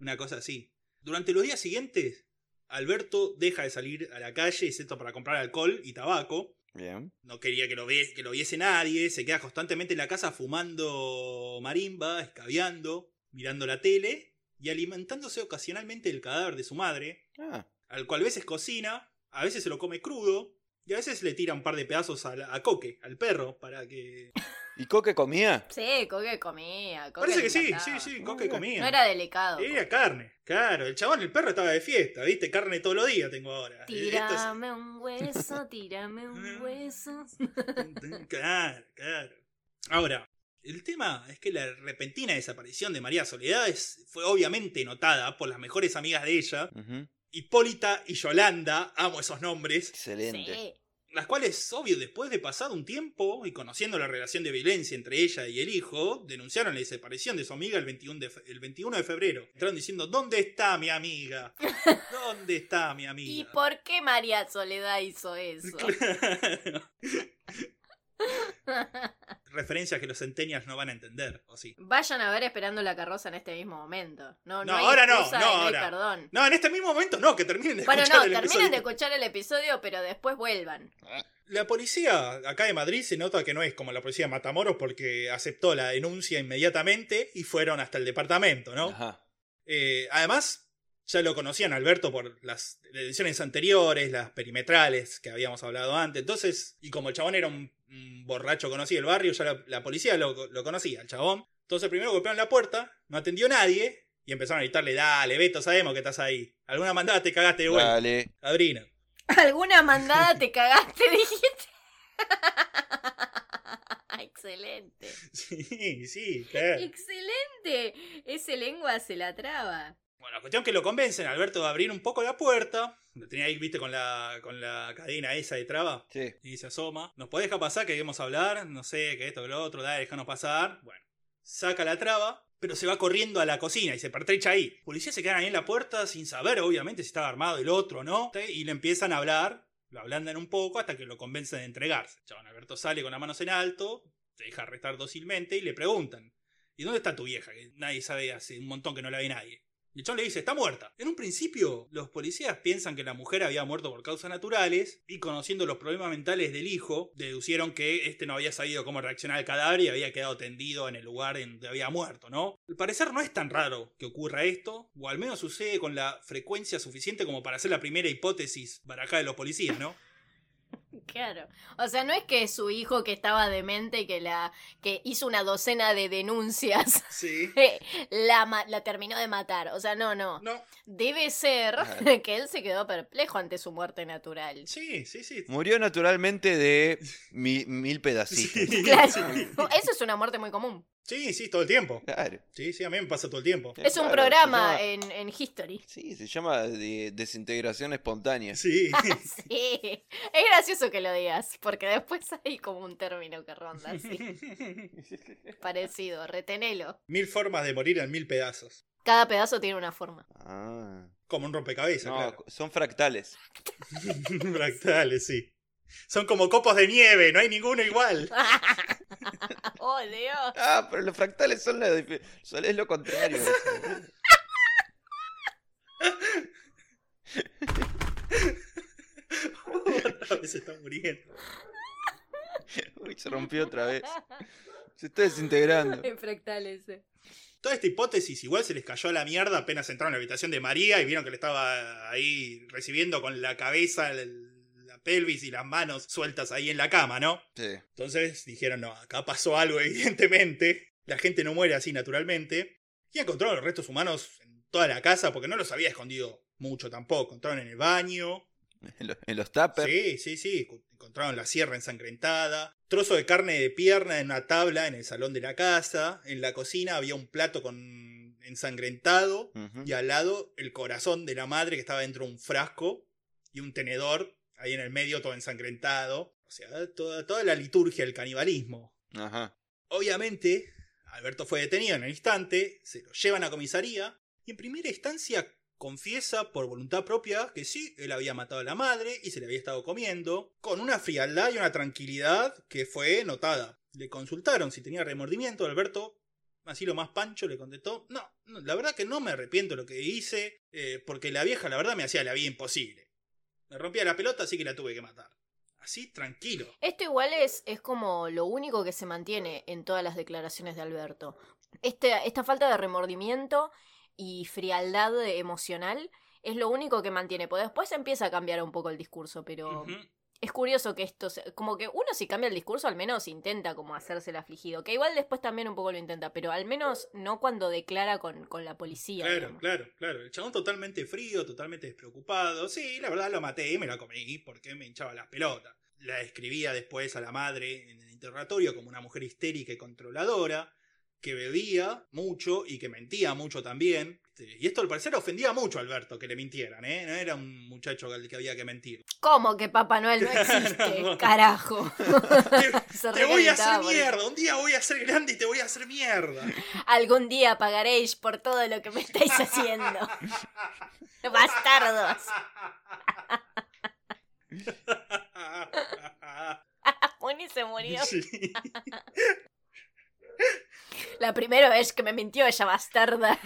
S2: Una cosa así. Durante los días siguientes, Alberto deja de salir a la calle, excepto para comprar alcohol y tabaco.
S3: Bien.
S2: No quería que lo, vie- que lo viese nadie. Se queda constantemente en la casa fumando marimba, escabeando, mirando la tele y alimentándose ocasionalmente del cadáver de su madre,
S3: Ah,
S2: al cual a veces cocina, a veces se lo come crudo y a veces le tira un par de pedazos a, la- a Coque, al perro, para que.
S3: ¿Y Coque comía?
S4: Sí, Coque comía. Coque
S2: Parece
S4: le
S2: que sí, sí,
S4: encantaba.
S2: sí, Coque comía.
S4: No era delicado.
S2: Era carne, claro. El chabón, el perro estaba de fiesta, ¿viste? Carne todos los días tengo ahora. Esto es-
S4: Tírame un hueso, tírame un hueso.
S2: Claro, claro. Ahora, el tema es que la repentina desaparición de María Soledad es- fue obviamente notada por las mejores amigas de ella,
S3: Ujú.
S2: Hipólita y Yolanda, amo esos nombres,
S3: Excelente.
S4: Sí.
S2: las cuales, obvio, después de pasado un tiempo y conociendo la relación de violencia entre ella y el hijo, denunciaron la desaparición de su amiga el 21 de, fe- el 21 de febrero. Entraron diciendo, ¿dónde está mi amiga? ¿Dónde está mi amiga?
S4: ¿Y por qué María Soledad hizo eso?
S2: Claro. Referencias que los centenias no van a entender, ¿o sí?
S4: Vayan a ver esperando la carroza en este mismo momento. No, no,
S2: No,
S4: hay
S2: ahora no,
S4: excusa
S2: no,
S4: y hay
S2: ahora.
S4: perdón.
S2: No, en este mismo momento no, que terminen de
S4: Bueno, no,
S2: escuchar el
S4: terminen
S2: episodio.
S4: de escuchar el episodio, pero después vuelvan.
S2: La policía acá de Madrid se nota que no es como la policía de Matamoros porque aceptó la denuncia inmediatamente y fueron hasta el departamento, ¿no?
S3: Ajá.
S2: Eh, además, ya lo conocían a Alberto por las ediciones anteriores, las perimetrales que habíamos hablado antes. Entonces, y como el chabón era un, un borracho conocido del barrio, ya la, la policía lo, lo conocía, el chabón. Entonces, primero golpearon la puerta, no atendió nadie y empezaron a gritarle: Dale, Beto, sabemos que estás ahí. Alguna mandada te cagaste de vuelta,
S3: Dale.
S2: Adrina.
S4: ¿Alguna mandada te cagaste, dijiste? Excelente.
S2: Sí, sí, claro.
S4: Excelente. Ese lengua se la traba.
S2: Bueno, cuestión que lo convencen a Alberto de abrir un poco la puerta. Lo tenía ahí, viste, con la, con la cadena esa de traba.
S3: Sí.
S2: Y se asoma. ¿Nos podés dejar pasar? Que debemos hablar. No sé, que esto, que lo otro. Dale, déjanos pasar. Bueno. Saca la traba, pero se va corriendo a la cocina y se pertrecha ahí. Policías se quedan ahí en la puerta sin saber, obviamente, si estaba armado el otro o no. Y le empiezan a hablar. Lo ablandan un poco hasta que lo convencen de entregarse. Chabón Alberto sale con las manos en alto. Se deja arrestar dócilmente y le preguntan. ¿Y dónde está tu vieja? Que nadie sabe, hace un montón que no la ve nadie. Y el chabón le dice, está muerta. En un principio, los policías piensan que la mujer había muerto por causas naturales y conociendo los problemas mentales del hijo, deducieron que este no había sabido cómo reaccionar al cadáver y había quedado tendido en el lugar en donde había muerto, ¿no? Al parecer no es tan raro que ocurra esto, o al menos sucede con la frecuencia suficiente como para hacer la primera hipótesis barajada de los policías, ¿no?
S4: Claro. O sea, no es que su hijo que estaba demente y que la que hizo una docena de denuncias
S2: Sí.
S4: la, ma- la terminó de matar. O sea, no, no.
S2: No.
S4: Debe ser
S3: Claro.
S4: que él se quedó perplejo ante su muerte natural.
S2: Sí, sí, sí.
S3: Murió naturalmente de mi- mil pedacitos.
S2: Sí,
S4: Claro.
S2: sí.
S4: Eso es una muerte muy común.
S2: Sí, sí, todo el tiempo.
S3: Claro.
S2: Sí, sí, a mí me pasa todo el tiempo.
S4: Es un
S3: Claro,
S4: programa
S3: se llama-
S4: en, en History.
S3: Sí, se llama de- desintegración espontánea.
S2: Sí.
S4: Sí. Es gracioso que lo digas, porque después hay como un término que ronda así. Parecido, retenelo.
S2: Mil formas de morir en mil pedazos.
S4: Cada pedazo tiene una forma.
S3: Ah.
S2: Como un rompecabezas,
S3: No,
S2: claro.
S3: son fractales.
S2: Fractales, sí. Son como copos de nieve, no hay ninguno igual.
S4: ¡Oh, Dios!
S3: Ah, pero los fractales son, la dife- son- es lo contrario.
S2: Otra vez se está muriendo.
S3: Uy, se rompió otra vez. Se está desintegrando.
S4: El fractal ese.
S2: Toda esta hipótesis igual se les cayó a la mierda apenas entraron a la habitación de María y vieron que le estaba ahí recibiendo con la cabeza, el- la pelvis y las manos sueltas ahí en la cama, ¿no?
S3: Sí.
S2: Entonces dijeron, no, acá pasó algo, evidentemente. La gente no muere así naturalmente. Y encontraron los restos humanos en toda la casa, porque no los había escondido mucho tampoco. Encontraron en el baño.
S3: En los, en los tuppers.
S2: Sí, sí, sí. Enco- Encontraron la sierra ensangrentada. Trozo de carne de pierna en una tabla en el salón de la casa. En la cocina había un plato con ensangrentado.
S3: Ujú.
S2: Y al lado el corazón de la madre que estaba dentro de un frasco y un tenedor. Ahí en el medio todo ensangrentado. O sea, toda, toda la liturgia del canibalismo.
S3: Ajá.
S2: Obviamente, Alberto fue detenido en el instante, se lo llevan a comisaría y en primera instancia confiesa por voluntad propia que sí, él había matado a la madre y se le había estado comiendo, con una frialdad y una tranquilidad que fue notada. Le consultaron si tenía remordimiento, Alberto, así lo más pancho, le contestó, no, no, la verdad que no me arrepiento de lo que hice, eh, porque la vieja la verdad me hacía la vida imposible. Me rompía la pelota, así que la tuve que matar. Así, tranquilo.
S4: Esto igual es, es como lo único que se mantiene en todas las declaraciones de Alberto. Este, esta falta de remordimiento y frialdad emocional es lo único que mantiene. Porque después empieza a cambiar un poco el discurso, pero
S2: Ujú.
S4: es curioso que esto, se- como que uno si cambia el discurso al menos intenta como hacerse el afligido. Que igual después también un poco lo intenta, pero al menos no cuando declara con, con la policía.
S2: Claro,
S4: digamos.
S2: claro, claro. El chabón totalmente frío, totalmente despreocupado. Sí, la verdad lo maté y me la comí porque me hinchaba las pelotas. La describía después a la madre en el interrogatorio como una mujer histérica y controladora, que bebía mucho y que mentía mucho también. Este, Y esto al parecer ofendía mucho a Alberto, que le mintieran, ¿eh? No era un muchacho al que había que mentir.
S4: ¿Cómo que Papá Noel no existe? Carajo. Se
S2: Te voy a
S4: recalentaba
S2: hacer
S4: por eso.
S2: mierda, un día voy a ser grande y te voy a hacer mierda.
S4: Algún día pagaréis por todo lo que me estáis haciendo. Bastardos. Moni se murió.
S2: Sí.
S4: La primera vez que me mintió esa bastarda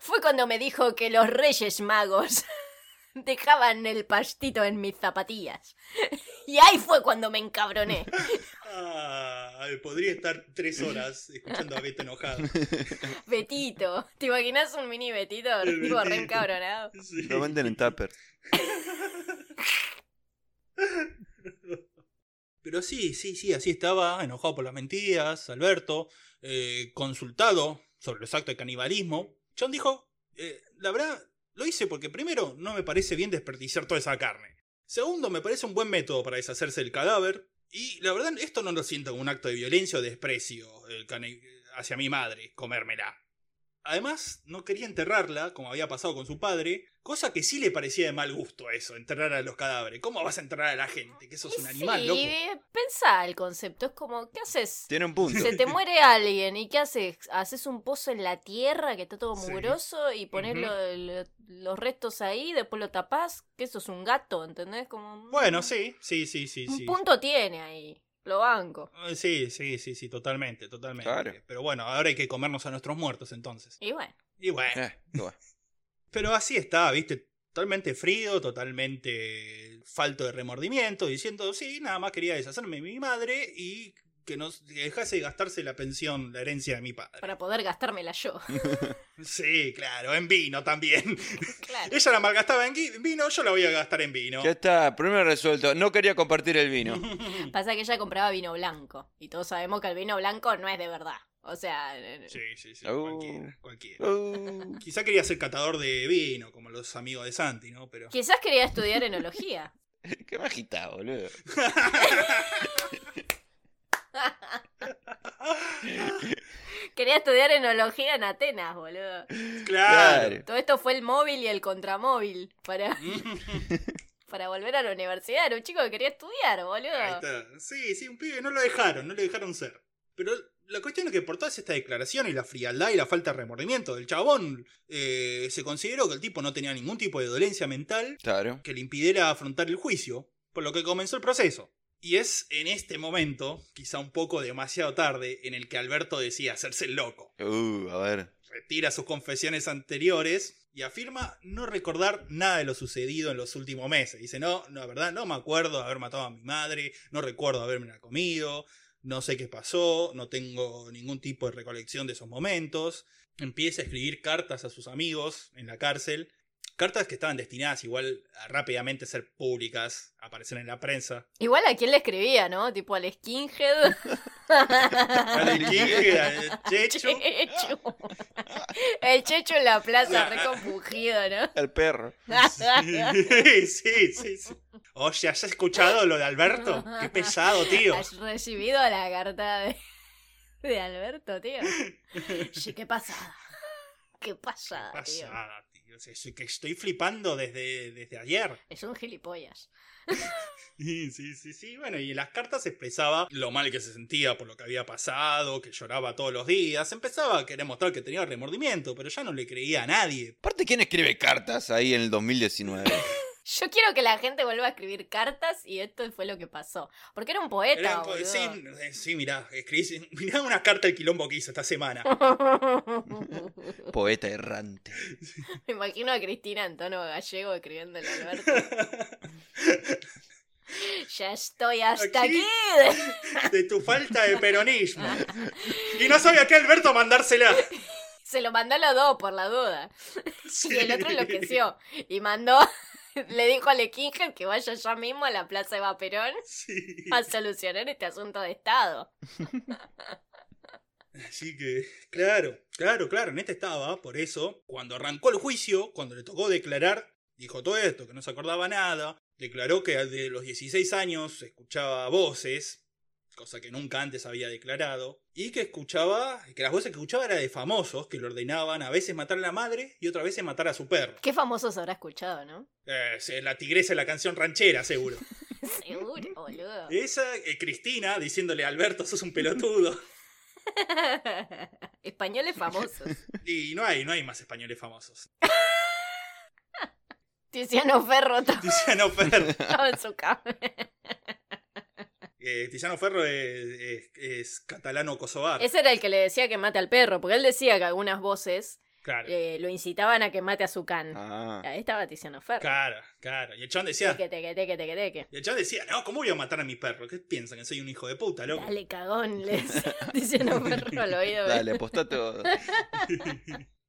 S4: fue cuando me dijo que los reyes magos dejaban el pastito en mis zapatillas. Y ahí fue cuando me encabroné.
S2: Ah, podría estar tres horas escuchando a Beto enojado.
S4: Betito. ¿Te imaginas un mini Betito?
S2: El
S4: Tipo re
S2: Betito.
S4: encabronado.
S2: Sí.
S3: Lo venden en tuppers.
S2: Pero sí, sí, sí, así estaba, enojado por las mentiras, Alberto, eh, consultado sobre los actos de canibalismo. John dijo, eh, la verdad, lo hice porque primero, no me parece bien desperdiciar toda esa carne. Segundo, me parece un buen método para deshacerse del cadáver. Y la verdad, esto no lo siento como un acto de violencia o desprecio el cani- hacia mi madre, comérmela. Además, no quería enterrarla, como había pasado con su padre, cosa que sí le parecía de mal gusto eso, enterrar a los cadáveres. ¿Cómo vas a enterrar a la gente? Que sos
S4: Y
S2: un animal,
S4: sí,
S2: loco.
S4: pensá el concepto. Es como, ¿qué haces?
S3: Tiene un punto.
S4: Se te muere alguien y ¿qué haces? Haces un pozo en la tierra que está todo
S2: Sí.
S4: mugroso y pones
S2: Ujú.
S4: lo- lo- los restos ahí, después lo tapás, que eso es un gato, ¿entendés? Como
S2: Bueno, sí, sí, sí, sí,
S4: un
S2: sí.
S4: punto tiene ahí. Lo banco.
S2: Eh, Sí, sí, sí, sí, totalmente, totalmente.
S3: Claro.
S2: Pero bueno, ahora hay que comernos a nuestros muertos entonces.
S4: Y bueno,
S2: Y bueno,
S3: Eh, bueno.
S2: pero así está, viste, totalmente frío, totalmente falto de remordimiento, diciendo, sí, nada más quería deshacerme de mi madre y que no que dejase de gastarse la pensión, la herencia de mi padre.
S4: para poder gastármela yo.
S2: Sí, claro, en vino también.
S4: claro.
S2: Ella la malgastaba en gui- en vino, yo la voy a gastar en vino.
S3: Ya está, primero resuelto. No quería compartir el vino.
S4: Pasa que ella compraba vino blanco. Y todos sabemos que el vino blanco no es de verdad. O sea, eh,
S2: Sí, sí, sí,
S3: Oh.
S2: cualquiera, cualquiera.
S3: Uh,
S2: Quizá quería ser catador de vino, como los amigos de Santi, ¿no? Pero.
S4: quizás quería estudiar enología.
S3: qué majita, boludo.
S4: Quería estudiar enología en Atenas, boludo.
S2: claro.
S4: Todo esto fue el móvil y el contramóvil para, para volver a la universidad. Era un chico que quería estudiar,
S2: Ahí
S4: boludo.
S2: está. Sí, sí, un pibe no lo dejaron, no lo dejaron ser. Pero la cuestión es que por todas estas declaraciones, la frialdad y la falta de remordimiento del chabón, eh, se consideró que el tipo no tenía ningún tipo de dolencia mental
S3: Claro.
S2: que le impidiera afrontar el juicio, por lo que comenzó el proceso. Y es en este momento, quizá un poco demasiado tarde, en el que Alberto decide hacerse el loco.
S3: Uh, a ver.
S2: Retira sus confesiones anteriores y afirma no recordar nada de lo sucedido en los últimos meses. Dice, no, no, la verdad, no me acuerdo de haber matado a mi madre, no recuerdo haberme la comido, no sé qué pasó, no tengo ningún tipo de recolección de esos momentos. Empieza a escribir cartas a sus amigos en la cárcel Cartas que estaban destinadas igual a rápidamente ser públicas, a aparecer en la prensa.
S4: Igual a quién le escribía, ¿no? Tipo al skinhead.
S2: Al Quique, al Checho.
S4: Chechu. El Checho en la plaza, reconfugido, ¿no?
S3: El perro.
S2: Sí, sí, sí, sí. Oye, ¿has escuchado lo de Alberto? Qué pesado, tío.
S4: Has recibido la carta de, de Alberto, tío. Sí, qué pasada. Qué pasada, tío.
S2: Pasada, tío. Sí, sí, que estoy flipando desde, desde ayer.
S4: Es un gilipollas.
S2: Sí, sí, sí, sí. Bueno, y en las cartas expresaba lo mal que se sentía por lo que había pasado, que lloraba todos los días. Empezaba a querer mostrar que tenía remordimiento, pero ya no le creía a nadie.
S3: Aparte, ¿quién escribe cartas ahí en el 2019?
S4: Yo quiero que la gente vuelva a escribir cartas y esto fue lo que pasó. Porque era un poeta,
S2: Era un po-
S4: boludo.
S2: sí, eh, sí, mirá, escribí, mirá una carta del quilombo que hizo esta semana.
S3: Poeta errante.
S4: Me imagino a Cristina en tono gallego escribiéndole a Alberto. Ya estoy hasta
S2: Aquí.
S4: aquí.
S2: De tu falta de peronismo. Y no sabía que Alberto mandársela.
S4: Se lo mandó a los dos por la duda. Y el otro enloqueció. Y mandó, le dijo al Skinhead que vaya ya mismo a la Plaza Eva Perón
S2: Sí.
S4: a solucionar este asunto de Estado.
S2: Así que, claro, claro, claro, en este estaba, por eso, cuando arrancó el juicio, cuando le tocó declarar, dijo todo esto, que no se acordaba nada, declaró que desde los 16 años escuchaba voces, cosa que nunca antes había declarado, y que escuchaba, que las voces que escuchaba eran de famosos, que le ordenaban a veces matar a la madre y otras veces matar a su perro.
S4: Qué famosos habrá escuchado, ¿no?
S2: Eh, se- la tigresa de la canción ranchera, seguro.
S4: Seguro, boludo.
S2: Esa, eh, Cristina, diciéndole, Alberto, sos un pelotudo.
S4: Españoles famosos.
S2: Y no hay, no hay más españoles famosos.
S4: Tiziano Ferro estaba
S2: Tiziano Ferro.
S4: en su cama.
S2: Eh, Tiziano Ferro es, es- es catalano kosovar.
S4: Ese era el que le decía que mate al perro, porque él decía que algunas voces
S2: Claro,
S4: eh, lo incitaban a que mate a su can.
S3: Ah.
S4: Ahí estaba Tiziano Ferro.
S2: claro, claro. Y el chabón decía,
S4: Teque, teque, teque, teque, teque.
S2: y el chabón decía, no, ¿cómo voy a matar a mi perro? ¿Qué piensan? Que soy un hijo de puta, loco.
S4: Dale cagón, le decía Tiziano Ferro al oído. ¿eh? de-
S3: Dale, apostá todo.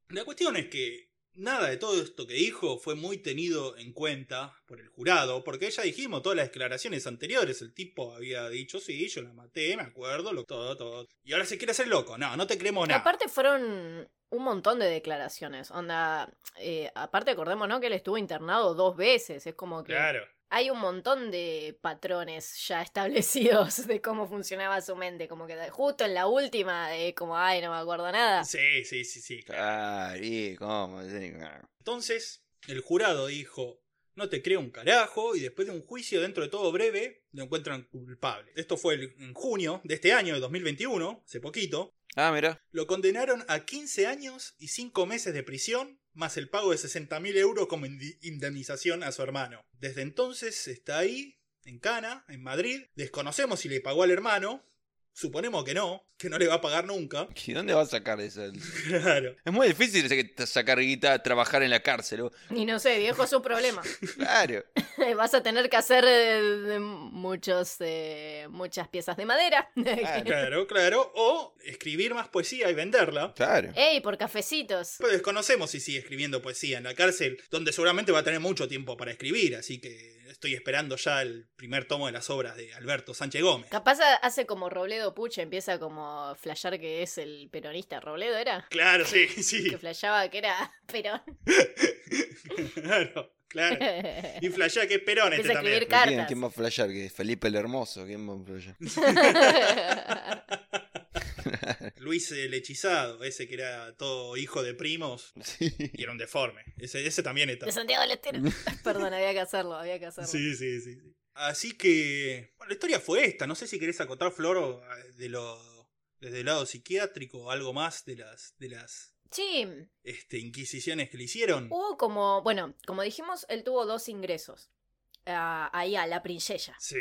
S2: La cuestión es que nada de todo esto que dijo fue muy tenido en cuenta por el jurado, porque ya dijimos todas las declaraciones anteriores. El tipo había dicho, sí, yo la maté, me acuerdo, lo, todo, todo. Y ahora se quiere hacer loco. No, no te creemos nada.
S4: Aparte fueron un montón de declaraciones. Onda, eh, aparte acordémonos que él estuvo internado dos veces. Es como que
S2: Claro.
S4: hay un montón de patrones ya establecidos de cómo funcionaba su mente. Como que justo en la última, eh, como, ay, no me acuerdo nada.
S2: Sí, sí, sí, sí.
S3: Ah, y cómo. sí, ah.
S2: Entonces, el jurado dijo, no te creo un carajo, y después de un juicio dentro de todo breve, lo encuentran culpable. Esto fue el- en junio de este año, de 2021, hace poquito.
S3: Ah, mira.
S2: Lo condenaron a 15 años y 5 meses de prisión, más el pago de 60.000 euros como indi- indemnización a su hermano. Desde entonces está ahí, en Cana, en Madrid. Desconocemos si le pagó al hermano. Suponemos que no, que no le va a pagar nunca.
S3: ¿Y dónde va a sacar eso?
S2: Claro.
S3: Es muy difícil sa- sacar guita, trabajar en la cárcel. vos.
S4: Y no sé, viejo, es un problema.
S3: Claro.
S4: Vas a tener que hacer eh, de muchos, eh, muchas piezas de madera.
S3: Claro.
S2: Claro, claro. O escribir más poesía y venderla.
S3: Claro.
S4: ¡Ey, por cafecitos!
S2: Pues desconocemos si sigue escribiendo poesía en la cárcel, donde seguramente va a tener mucho tiempo para escribir, así que estoy esperando ya el primer tomo de las obras de Alberto Sánchez Gómez.
S4: Capaz a- hace como Robledo Pucha, empieza como a flashear que es el peronista. ¿Robledo era?
S2: Claro, sí, sí.
S4: Que flasheaba que era Perón.
S2: Claro, claro. Y
S4: Empieza
S2: flashea que es Perón este
S4: a
S2: también.
S3: Pero
S4: escribir
S3: ¿Quién,
S4: cartas.
S3: ¿Quién va a flashear? ¿Que Felipe el Hermoso? ¿Quién va a flashear?
S2: Luis el Hechizado, ese que era todo hijo de primos
S3: Sí.
S2: y era un deforme. Ese, ese también está.
S4: De Santiago del Estero. Perdón, había que hacerlo, había que hacerlo.
S2: Sí, sí, sí. sí. Así que. Bueno, la historia fue esta. No sé si querés acotar, Floro, de lo, desde el lado psiquiátrico, algo más de las, de las
S4: Sí,
S2: este, inquisiciones que le hicieron.
S4: hubo como, bueno, como dijimos, él tuvo dos ingresos a- ahí a la princesa.
S2: Sí.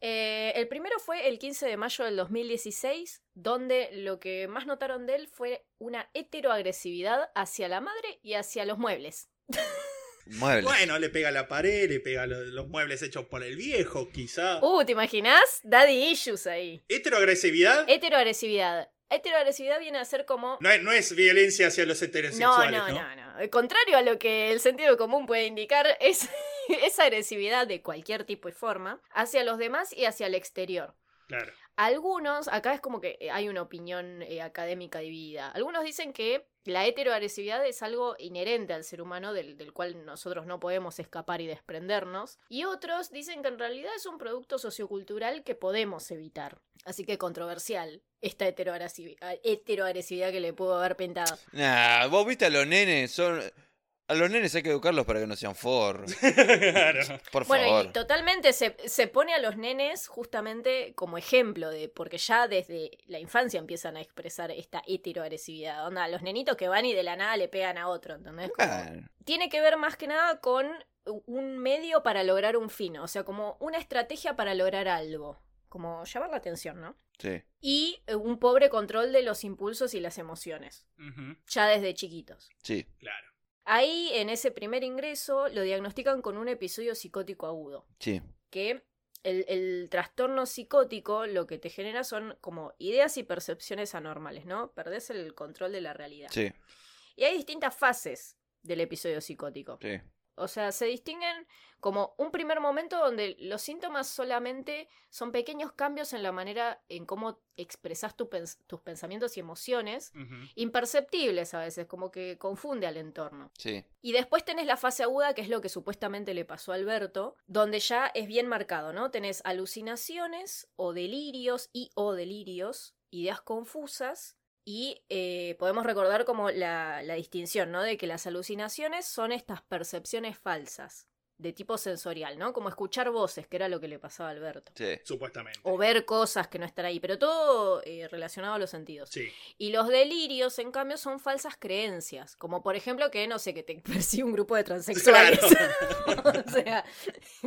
S4: Eh, el primero fue el 15 de mayo del 2016, donde lo que más notaron de él fue una heteroagresividad hacia la madre y hacia los muebles.
S3: Muebles.
S2: Bueno, le pega la pared, le pega lo- los muebles hechos por el viejo, quizá.
S4: Uh, ¿te imaginas? Daddy issues ahí.
S2: ¿Heteroagresividad?
S4: Eh. Heteroagresividad. Heteroagresividad viene a ser como...
S2: No es, no es violencia hacia los
S4: No,
S2: heterosexuales, ¿no?
S4: no, no, no. Eh, Contrario a lo que el sentido común puede indicar, es esa agresividad de cualquier tipo y forma hacia los demás y hacia el exterior.
S2: Claro.
S4: Algunos, acá es como que hay una opinión eh, académica dividida. Algunos dicen que la heteroagresividad es algo inherente al ser humano del, del cual nosotros no podemos escapar y desprendernos. Y otros dicen que en realidad es un producto sociocultural que podemos evitar. Así que controversial esta heteroagresivi- a- heteroagresividad que le pudo haber pintado.
S3: Nah, vos viste a los nenes, son... A los nenes hay que educarlos para que no sean forros.
S2: claro.
S3: Por
S4: Bueno, y
S3: favor.
S4: totalmente se, se pone a los nenes justamente como ejemplo de, porque ya desde la infancia empiezan a expresar esta heteroagresividad. Onda, los nenitos que van y de la nada le pegan a otro, ¿entendés? Como-
S3: Bueno,
S4: tiene que ver más que nada con un medio para lograr un fin, o sea, como una estrategia para lograr algo, como llamar la atención, ¿no?
S3: sí.
S4: Y eh, un pobre control de los impulsos y las emociones,
S2: Ujú,
S4: ya desde chiquitos.
S3: Sí.
S2: claro.
S4: Ahí, en ese primer ingreso, lo diagnostican con un episodio psicótico agudo.
S3: Sí.
S4: que el, el trastorno psicótico lo que te genera son como ideas y percepciones anormales, ¿no? Perdés el control de la realidad.
S3: Sí.
S4: Y hay distintas fases del episodio psicótico.
S3: Sí.
S4: O sea, se distinguen como un primer momento donde los síntomas solamente son pequeños cambios en la manera en cómo expresas tus pensamientos y emociones,
S2: Ujú.
S4: imperceptibles a veces, como que confunde al entorno.
S3: Sí.
S4: Y después tenés la fase aguda, que es lo que supuestamente le pasó a Alberto, donde ya es bien marcado, ¿no? Tenés alucinaciones o delirios y o delirios, ideas confusas. Y eh, podemos recordar como la, la distinción, ¿no? De que las alucinaciones son estas percepciones falsas, de tipo sensorial, ¿no? Como escuchar voces, que era lo que le pasaba a Alberto.
S3: Sí.
S2: Supuestamente.
S4: O ver cosas que no están ahí, pero todo eh, relacionado a los sentidos.
S2: Sí.
S4: Y los delirios, en cambio, son falsas creencias. Como por ejemplo que, no sé, que te persigue un grupo de transexuales. o sea,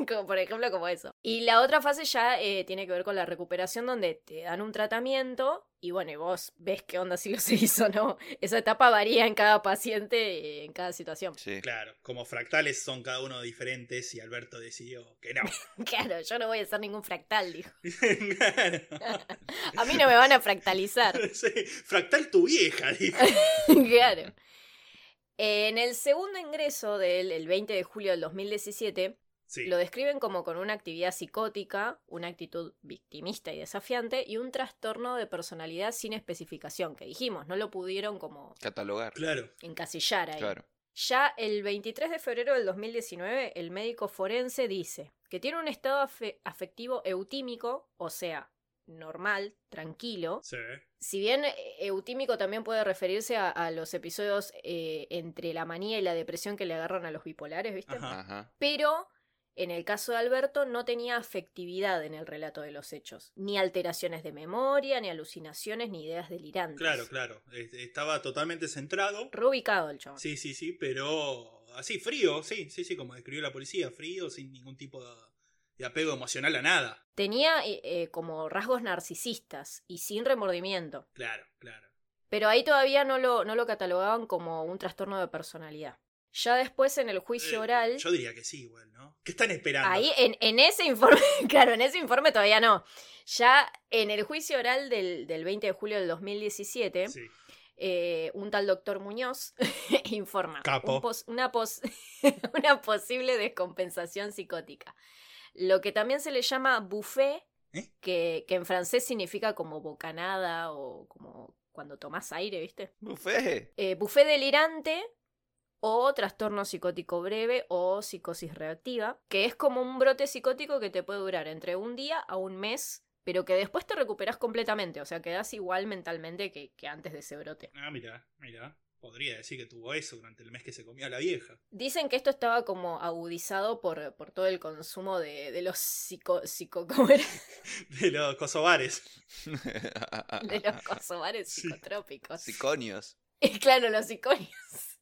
S4: como por ejemplo como eso. Y la otra fase ya eh, tiene que ver con la recuperación donde te dan un tratamiento y bueno, y vos ves qué onda si lo se hizo o no. Esa etapa varía en cada paciente, eh, en cada situación.
S3: Sí.
S2: Claro. Como fractales son cada uno diferentes y Alberto decidió que no.
S4: Claro, yo no voy a hacer ningún fractal, dijo.
S2: Claro.
S4: A mí no me van a fractalizar.
S2: Sí, Fractal tu vieja, dijo.
S4: claro. En el segundo ingreso del el 20 de julio del 2017,
S2: Sí.
S4: Lo describen como con una actividad psicótica, una actitud victimista y desafiante y un trastorno de personalidad sin especificación, que dijimos, no lo pudieron como
S3: Catalogar.
S2: Claro.
S4: encasillar ahí.
S3: Claro.
S4: Ya el 23 de febrero del 2019, el médico forense dice que tiene un estado afe- afectivo eutímico, o sea, normal, tranquilo.
S2: Sí.
S4: Si bien eh, eutímico también puede referirse a, a los episodios eh, entre la manía y la depresión que le agarran a los bipolares, ¿viste?
S2: Ajá.
S3: Ajá.
S4: pero en el caso de Alberto no tenía afectividad en el relato de los hechos, ni alteraciones de memoria, ni alucinaciones, ni ideas delirantes.
S2: Claro, claro. Eh, Estaba totalmente centrado.
S4: Reubicado el chabón.
S2: Sí, sí, sí, pero así, frío, sí, sí, sí, como describió la policía, frío, sin ningún tipo de, de apego emocional a nada.
S4: Tenía eh, eh, como rasgos narcisistas y sin remordimiento,
S2: Claro, claro.
S4: pero ahí todavía no lo, no lo catalogaban como un trastorno de personalidad. Ya después en el juicio
S2: Eh,
S4: oral,
S2: Yo diría que sí, igual, ¿no? ¿Qué están esperando?
S4: ahí en, en ese informe, claro, en ese informe todavía no. Ya en el juicio oral del, del 20 de julio del 2017,
S2: Sí.
S4: eh, un tal doctor Muñoz informa
S2: Capo.
S4: un pos- una, pos- una posible descompensación psicótica. Lo que también se le llama buffet,
S2: ¿Eh?
S4: que, que en francés significa como bocanada o como cuando tomás aire, ¿viste?
S3: Buffet.
S4: Eh, buffet delirante o trastorno psicótico breve o psicosis reactiva, que es como un brote psicótico que te puede durar entre un día a un mes, pero que después te recuperas completamente, o sea, quedas igual mentalmente que- que antes de ese brote.
S2: Ah, mira, mira. Podría decir que tuvo eso durante el mes que se comió a la vieja.
S4: Dicen que esto estaba como agudizado por, por todo el consumo de, de los psico, psico ¿cómo era?
S2: De los kosovares.
S4: de los cosovares
S2: Sí.
S4: psicotrópicos.
S3: Siconios.
S4: Y claro, los psicóticos.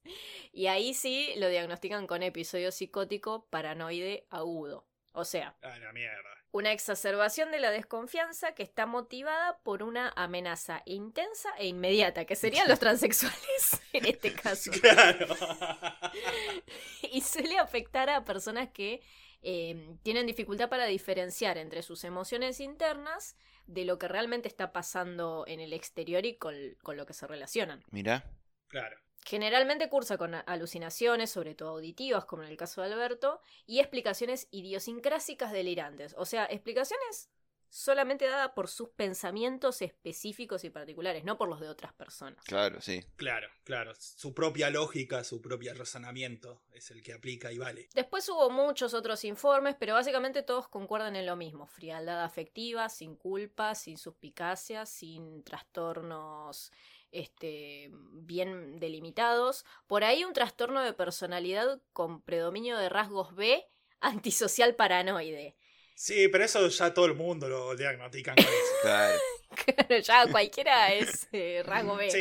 S4: Y ahí sí lo diagnostican con episodio psicótico paranoide agudo. O sea,
S2: Ah, la mierda.
S4: una exacerbación de la desconfianza que está motivada por una amenaza intensa e inmediata, que serían los transexuales en este caso.
S2: Claro.
S4: y suele afectar a personas que eh, tienen dificultad para diferenciar entre sus emociones internas de lo que realmente está pasando en el exterior y con, con lo que se relacionan.
S3: Mirá.
S2: Claro.
S4: Generalmente cursa con a- alucinaciones, sobre todo auditivas, como en el caso de Alberto, y explicaciones idiosincrásicas delirantes, o sea, explicaciones solamente dadas por sus pensamientos específicos y particulares, no por los de otras personas.
S3: Claro, sí.
S2: Claro, claro. Su propia lógica, su propio razonamiento es el que aplica y vale.
S4: Después hubo muchos otros informes, pero básicamente todos concuerdan en lo mismo. Frialdad afectiva, sin culpa, sin suspicacia, sin trastornos este, bien delimitados. Por ahí un trastorno de personalidad con predominio de rasgos B, antisocial paranoide.
S2: Sí, pero eso ya todo el mundo lo diagnostican con eso.
S3: Claro.
S4: Claro, ya cualquiera es eh, rasgo B.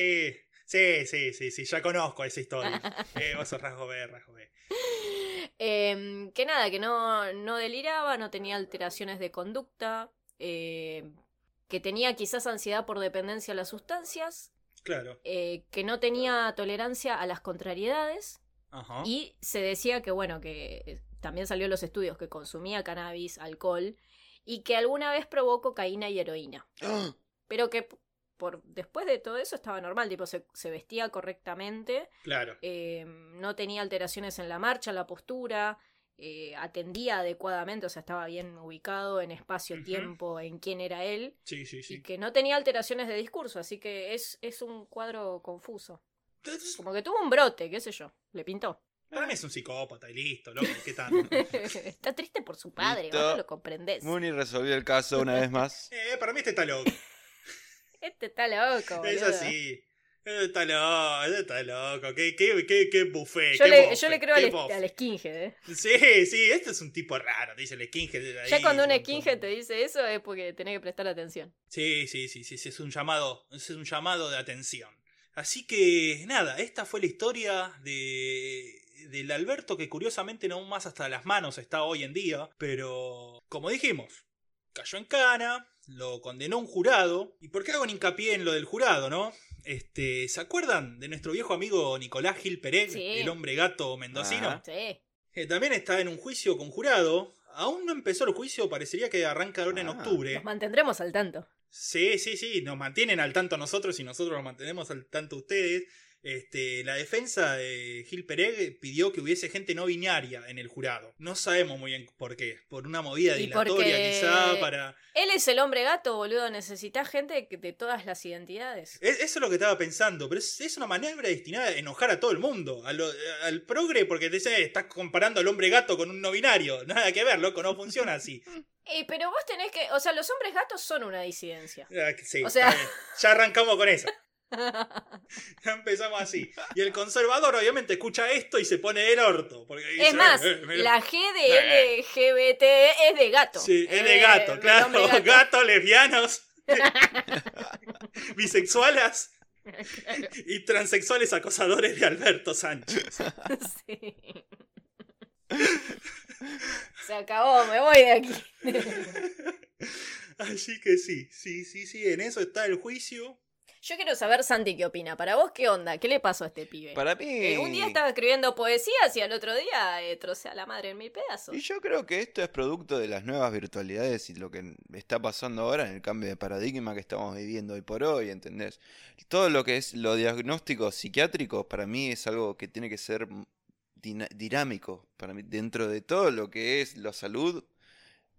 S2: Sí, sí, sí, sí, sí, ya conozco esa historia. Eh, vos sos rasgo B, rasgo B.
S4: Em, que nada, que no, no deliraba, no tenía alteraciones de conducta, em, que tenía quizás ansiedad por dependencia a las sustancias,
S2: Claro.
S4: eh, que no tenía tolerancia a las contrariedades
S2: Ajá.
S4: y se decía que, bueno, que eh, también salió en los estudios que consumía cannabis, alcohol y que alguna vez probó cocaína y heroína. Pero que p- por, después de todo eso estaba normal, tipo se- se vestía correctamente,
S2: Claro.
S4: eh, no tenía alteraciones en la marcha, la postura, eh, atendía adecuadamente, o sea, estaba bien ubicado en espacio,
S2: Ujú.
S4: tiempo, en quién era él,
S2: Sí, sí,
S4: y
S2: sí.
S4: que no tenía alteraciones de discurso, así que es, es un cuadro confuso.
S2: Entonces,
S4: Como ah. que tuvo un brote, qué sé yo, le pintó.
S2: Para mí es un psicópata y listo, loco, ¿qué tal?
S4: Está triste por su padre,
S3: Listo.
S4: vos no lo comprendés.
S3: Muni resolvió el caso una vez más.
S2: Eh, para mí este está loco.
S4: Este está loco.
S2: Es
S4: boludo.
S2: así. Eh, Está loco, eh, está loco. Qué, qué, qué, qué buffet.
S4: Yo
S2: eh, qué
S4: le,
S2: bofe,
S4: yo le creo
S2: qué
S4: al,
S2: bofe.
S4: al skinhead, eh.
S2: Sí, sí, este es un tipo raro, dice el skinhead. de ahí,
S4: Ya cuando un
S2: con-
S4: skinhead te dice eso es porque tenés que prestar atención.
S2: Sí, sí, sí, sí, sí, es un llamado, es un llamado de atención. Así que nada, esta fue la historia de del Alberto que curiosamente no más hasta las manos está hoy en día, pero como dijimos, cayó en cana, lo condenó un jurado. ¿Y por qué hago un hincapié en lo del jurado, no? Este, ¿se acuerdan de nuestro viejo amigo Nicolás Gil Perec,
S4: Sí.
S2: el hombre gato mendocino?
S3: Ajá.
S4: Sí.
S2: Que también está en un juicio con jurado. Aún no empezó el juicio, parecería que arranca ahora en
S3: Ah.
S2: octubre.
S4: Nos mantendremos al tanto.
S2: Sí, sí, sí, nos mantienen al tanto a nosotros y nosotros nos mantenemos al tanto a ustedes. Este, la defensa de Gil Pereg pidió que hubiese gente no binaria en el jurado. No sabemos muy bien por qué. Por una movida
S4: Y
S2: dilatoria
S4: porque-
S2: quizá para...
S4: Él es el hombre gato, boludo. Necesitas gente que- de todas las identidades.
S2: Es- e, eso es lo que estaba pensando, pero es, es una maniobra destinada a enojar a todo el mundo. a lo- al progre porque te dice, "Eh, estás comparando al hombre gato con un no binario. Nada que ver, loco, no funciona así.
S4: Eh, pero vos tenés que. O sea, los hombres gatos son una disidencia.
S2: Ah, que sí,
S4: O sea-
S2: está bien. ya arrancamos con eso. Ya empezamos así. Y el conservador obviamente escucha esto y se pone del orto. Porque dice,
S4: Es más,
S2: "Eh, mira".
S4: la G de LGBT E es de gato.
S2: Sí, es de
S4: Eh,
S2: gato,
S4: de
S2: claro.
S4: hombre
S2: Gato.
S4: gato.
S2: lesbianos, bisexualas y transexuales acosadores de Alberto Sánchez.
S4: Sí. Se acabó, me voy de aquí.
S2: Así que sí, sí, sí, sí, en eso está el juicio.
S4: Yo quiero saber, Santi, qué opina. Para vos, ¿qué onda? ¿Qué le pasó a este pibe?
S3: Para mí.
S4: Eh, un día estaba escribiendo poesías y al otro día eh, trocé a la madre en mil pedazos.
S3: Y yo creo que esto es producto de las nuevas virtualidades y lo que está pasando ahora en el cambio de paradigma que estamos viviendo hoy por hoy, ¿entendés? Todo lo que es lo diagnóstico psiquiátrico para mí es algo que tiene que ser dina- dinámico. Para mí, dentro de todo lo que es la salud,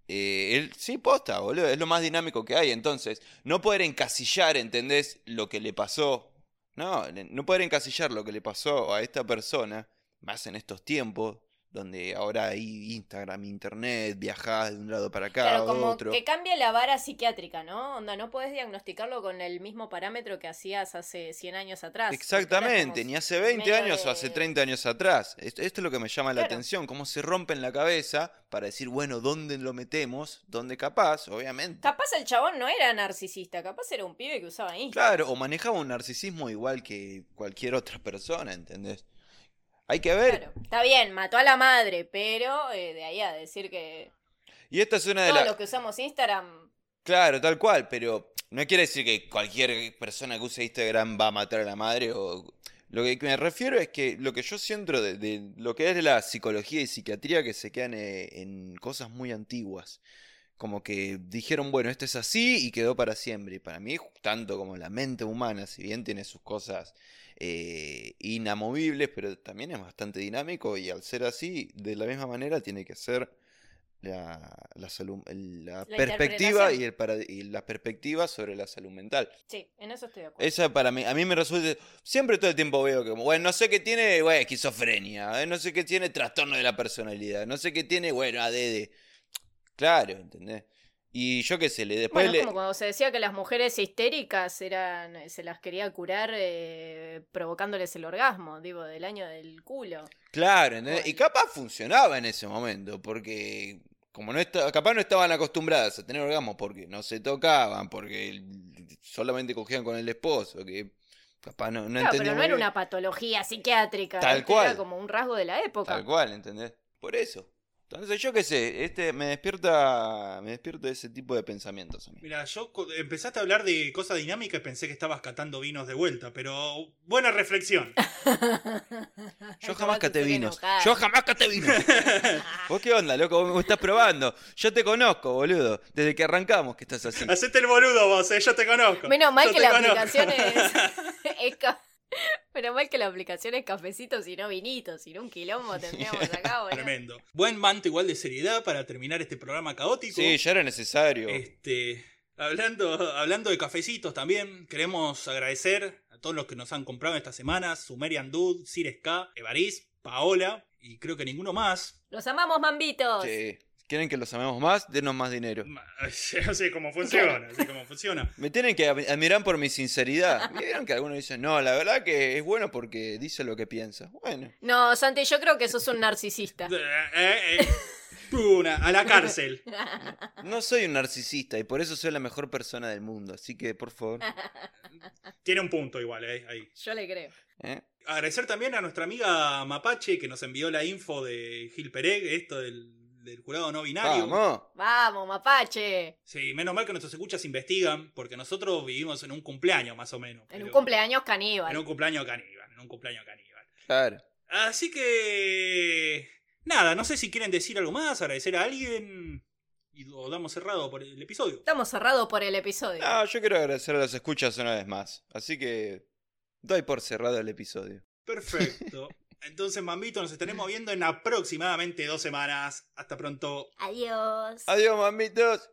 S3: eh, él- sí, posta, boludo, es lo más dinámico que hay. Entonces, no poder encasillar, ¿entendés? Lo que le pasó. No, no poder encasillar lo que le pasó a esta persona, más en estos tiempos donde ahora hay Instagram, internet, viajás de un lado para acá,
S4: Claro,
S3: a
S4: como
S3: otro.
S4: que cambia la vara psiquiátrica, ¿no? Onda, no podés diagnosticarlo con el mismo parámetro que hacías hace 100 años atrás.
S3: Exactamente, ni hace 20
S4: medio
S3: años o
S4: de-
S3: hace 30 años atrás. Esto, esto es lo que me llama la
S4: Claro.
S3: atención, cómo se rompen la cabeza para decir, bueno, ¿dónde lo metemos? ¿Dónde capaz? Obviamente.
S4: Capaz el chabón no era narcisista, capaz era un pibe que usaba Instagram.
S3: Claro, o manejaba un narcisismo igual que cualquier otra persona, ¿entendés? Hay que ver.
S4: Claro. Está bien, mató a la madre, pero eh, de ahí a decir que
S3: Y esta es una de
S4: todos
S3: las...
S4: los que usamos Instagram.
S3: Claro, tal cual, pero no quiere decir que cualquier persona que use Instagram va a matar a la madre o... Lo que me refiero es que lo que yo siento de, de lo que es la psicología y psiquiatría que se quedan eh, en cosas muy antiguas. Como que dijeron, bueno, esto es así y quedó para siempre. Y para mí, tanto como la mente humana, si bien tiene sus cosas eh, inamovibles, pero también es bastante dinámico y al ser así, de la misma manera tiene que ser la, la salud, la, perspectiva y, el parad- y la perspectiva sobre la salud mental.
S4: Sí, en eso estoy de acuerdo.
S3: Esa para mí, a mí me resulta, siempre todo el tiempo veo que, como, bueno, no sé qué tiene, bueno, esquizofrenia, eh, no sé qué tiene trastorno de la personalidad, no sé qué tiene, bueno, ADD. Claro, ¿entendés? Y yo qué sé, le, después
S4: Bueno,
S3: le...
S4: es como cuando se decía que las mujeres histéricas eran, se las quería curar eh, provocándoles el orgasmo, digo, del año del culo.
S3: Claro, ¿entendés?
S4: Bueno.
S3: Y capaz funcionaba en ese momento, porque como no esta- capaz no estaban acostumbradas a tener orgasmos porque no se tocaban, porque el- solamente cogían con el esposo, que capaz no, no
S4: Claro,
S3: entendía
S4: pero no
S3: muy
S4: era
S3: bien.
S4: una patología psiquiátrica.
S3: Tal
S4: ¿viste?
S3: cual.
S4: Era como un rasgo de la época.
S3: Tal cual, ¿entendés? Por eso. Entonces yo qué sé, este me despierta me despierta ese tipo de pensamientos a mí.
S2: Mira, yo co- empezaste a hablar de cosas dinámicas y pensé que estabas catando vinos de vuelta, pero buena reflexión.
S3: Yo
S4: Tomás
S3: jamás
S4: se
S3: cate
S4: suele
S3: vinos.
S4: enojar.
S3: Yo jamás cate vinos. ¿Vos qué onda, loco? Vos me estás probando. Yo te conozco, boludo. Desde que arrancamos que estás así.
S2: Hacete el boludo vos, eh, yo te conozco.
S4: Menos mal
S2: Yo
S4: que
S2: te
S4: la
S2: conozco.
S4: aplicación es. es ca- Menos mal que la aplicación es cafecito, si no vinito, si no un quilombo tendríamos acá, boludo.
S2: Tremendo. Buen manto igual de seriedad para terminar este programa caótico.
S3: Sí, ya era necesario.
S2: Este, hablando, hablando de cafecitos también, queremos agradecer a todos los que nos han comprado esta semana: Sumerian Dude, Sir K, Evariz, Paola y creo que ninguno más.
S4: Los amamos, mambitos.
S3: Sí. ¿Quieren que los amemos más? Denos más dinero.
S2: Así como funciona, así como funciona.
S3: Me tienen que admi- admirar por mi sinceridad. Vieron que algunos dicen, no, la verdad que es bueno porque dice lo que piensa. Bueno.
S4: No, Santi, yo creo que sos un narcisista.
S2: Eh, eh, puna, a la cárcel.
S3: No soy un narcisista y por eso soy la mejor persona del mundo. Así que, por favor.
S2: Tiene un punto igual, eh, ahí.
S4: Yo le creo.
S3: ¿eh?
S2: Agradecer también a nuestra amiga Mapache que nos envió la info de Gil Pereg, esto del, del jurado no binario.
S3: Vamos.
S4: Vamos, mapache.
S2: Sí, menos mal que nuestros escuchas investigan, porque nosotros vivimos en un cumpleaños más o menos.
S4: En un
S2: pero-
S4: cumpleaños
S2: En
S4: caníbal.
S2: un cumpleaños caníbal, en un cumpleaños caníbal.
S3: Claro.
S2: Así que... Nada, no sé si quieren decir algo más, agradecer a alguien y o damos cerrado por el episodio.
S4: Estamos cerrados por el episodio.
S3: No, yo quiero agradecer a los escuchas una vez más. Así que doy por cerrado el episodio.
S2: Perfecto. Entonces, mamito, nos estaremos viendo en aproximadamente dos semanas. Hasta pronto.
S4: Adiós.
S3: Adiós, mamitos.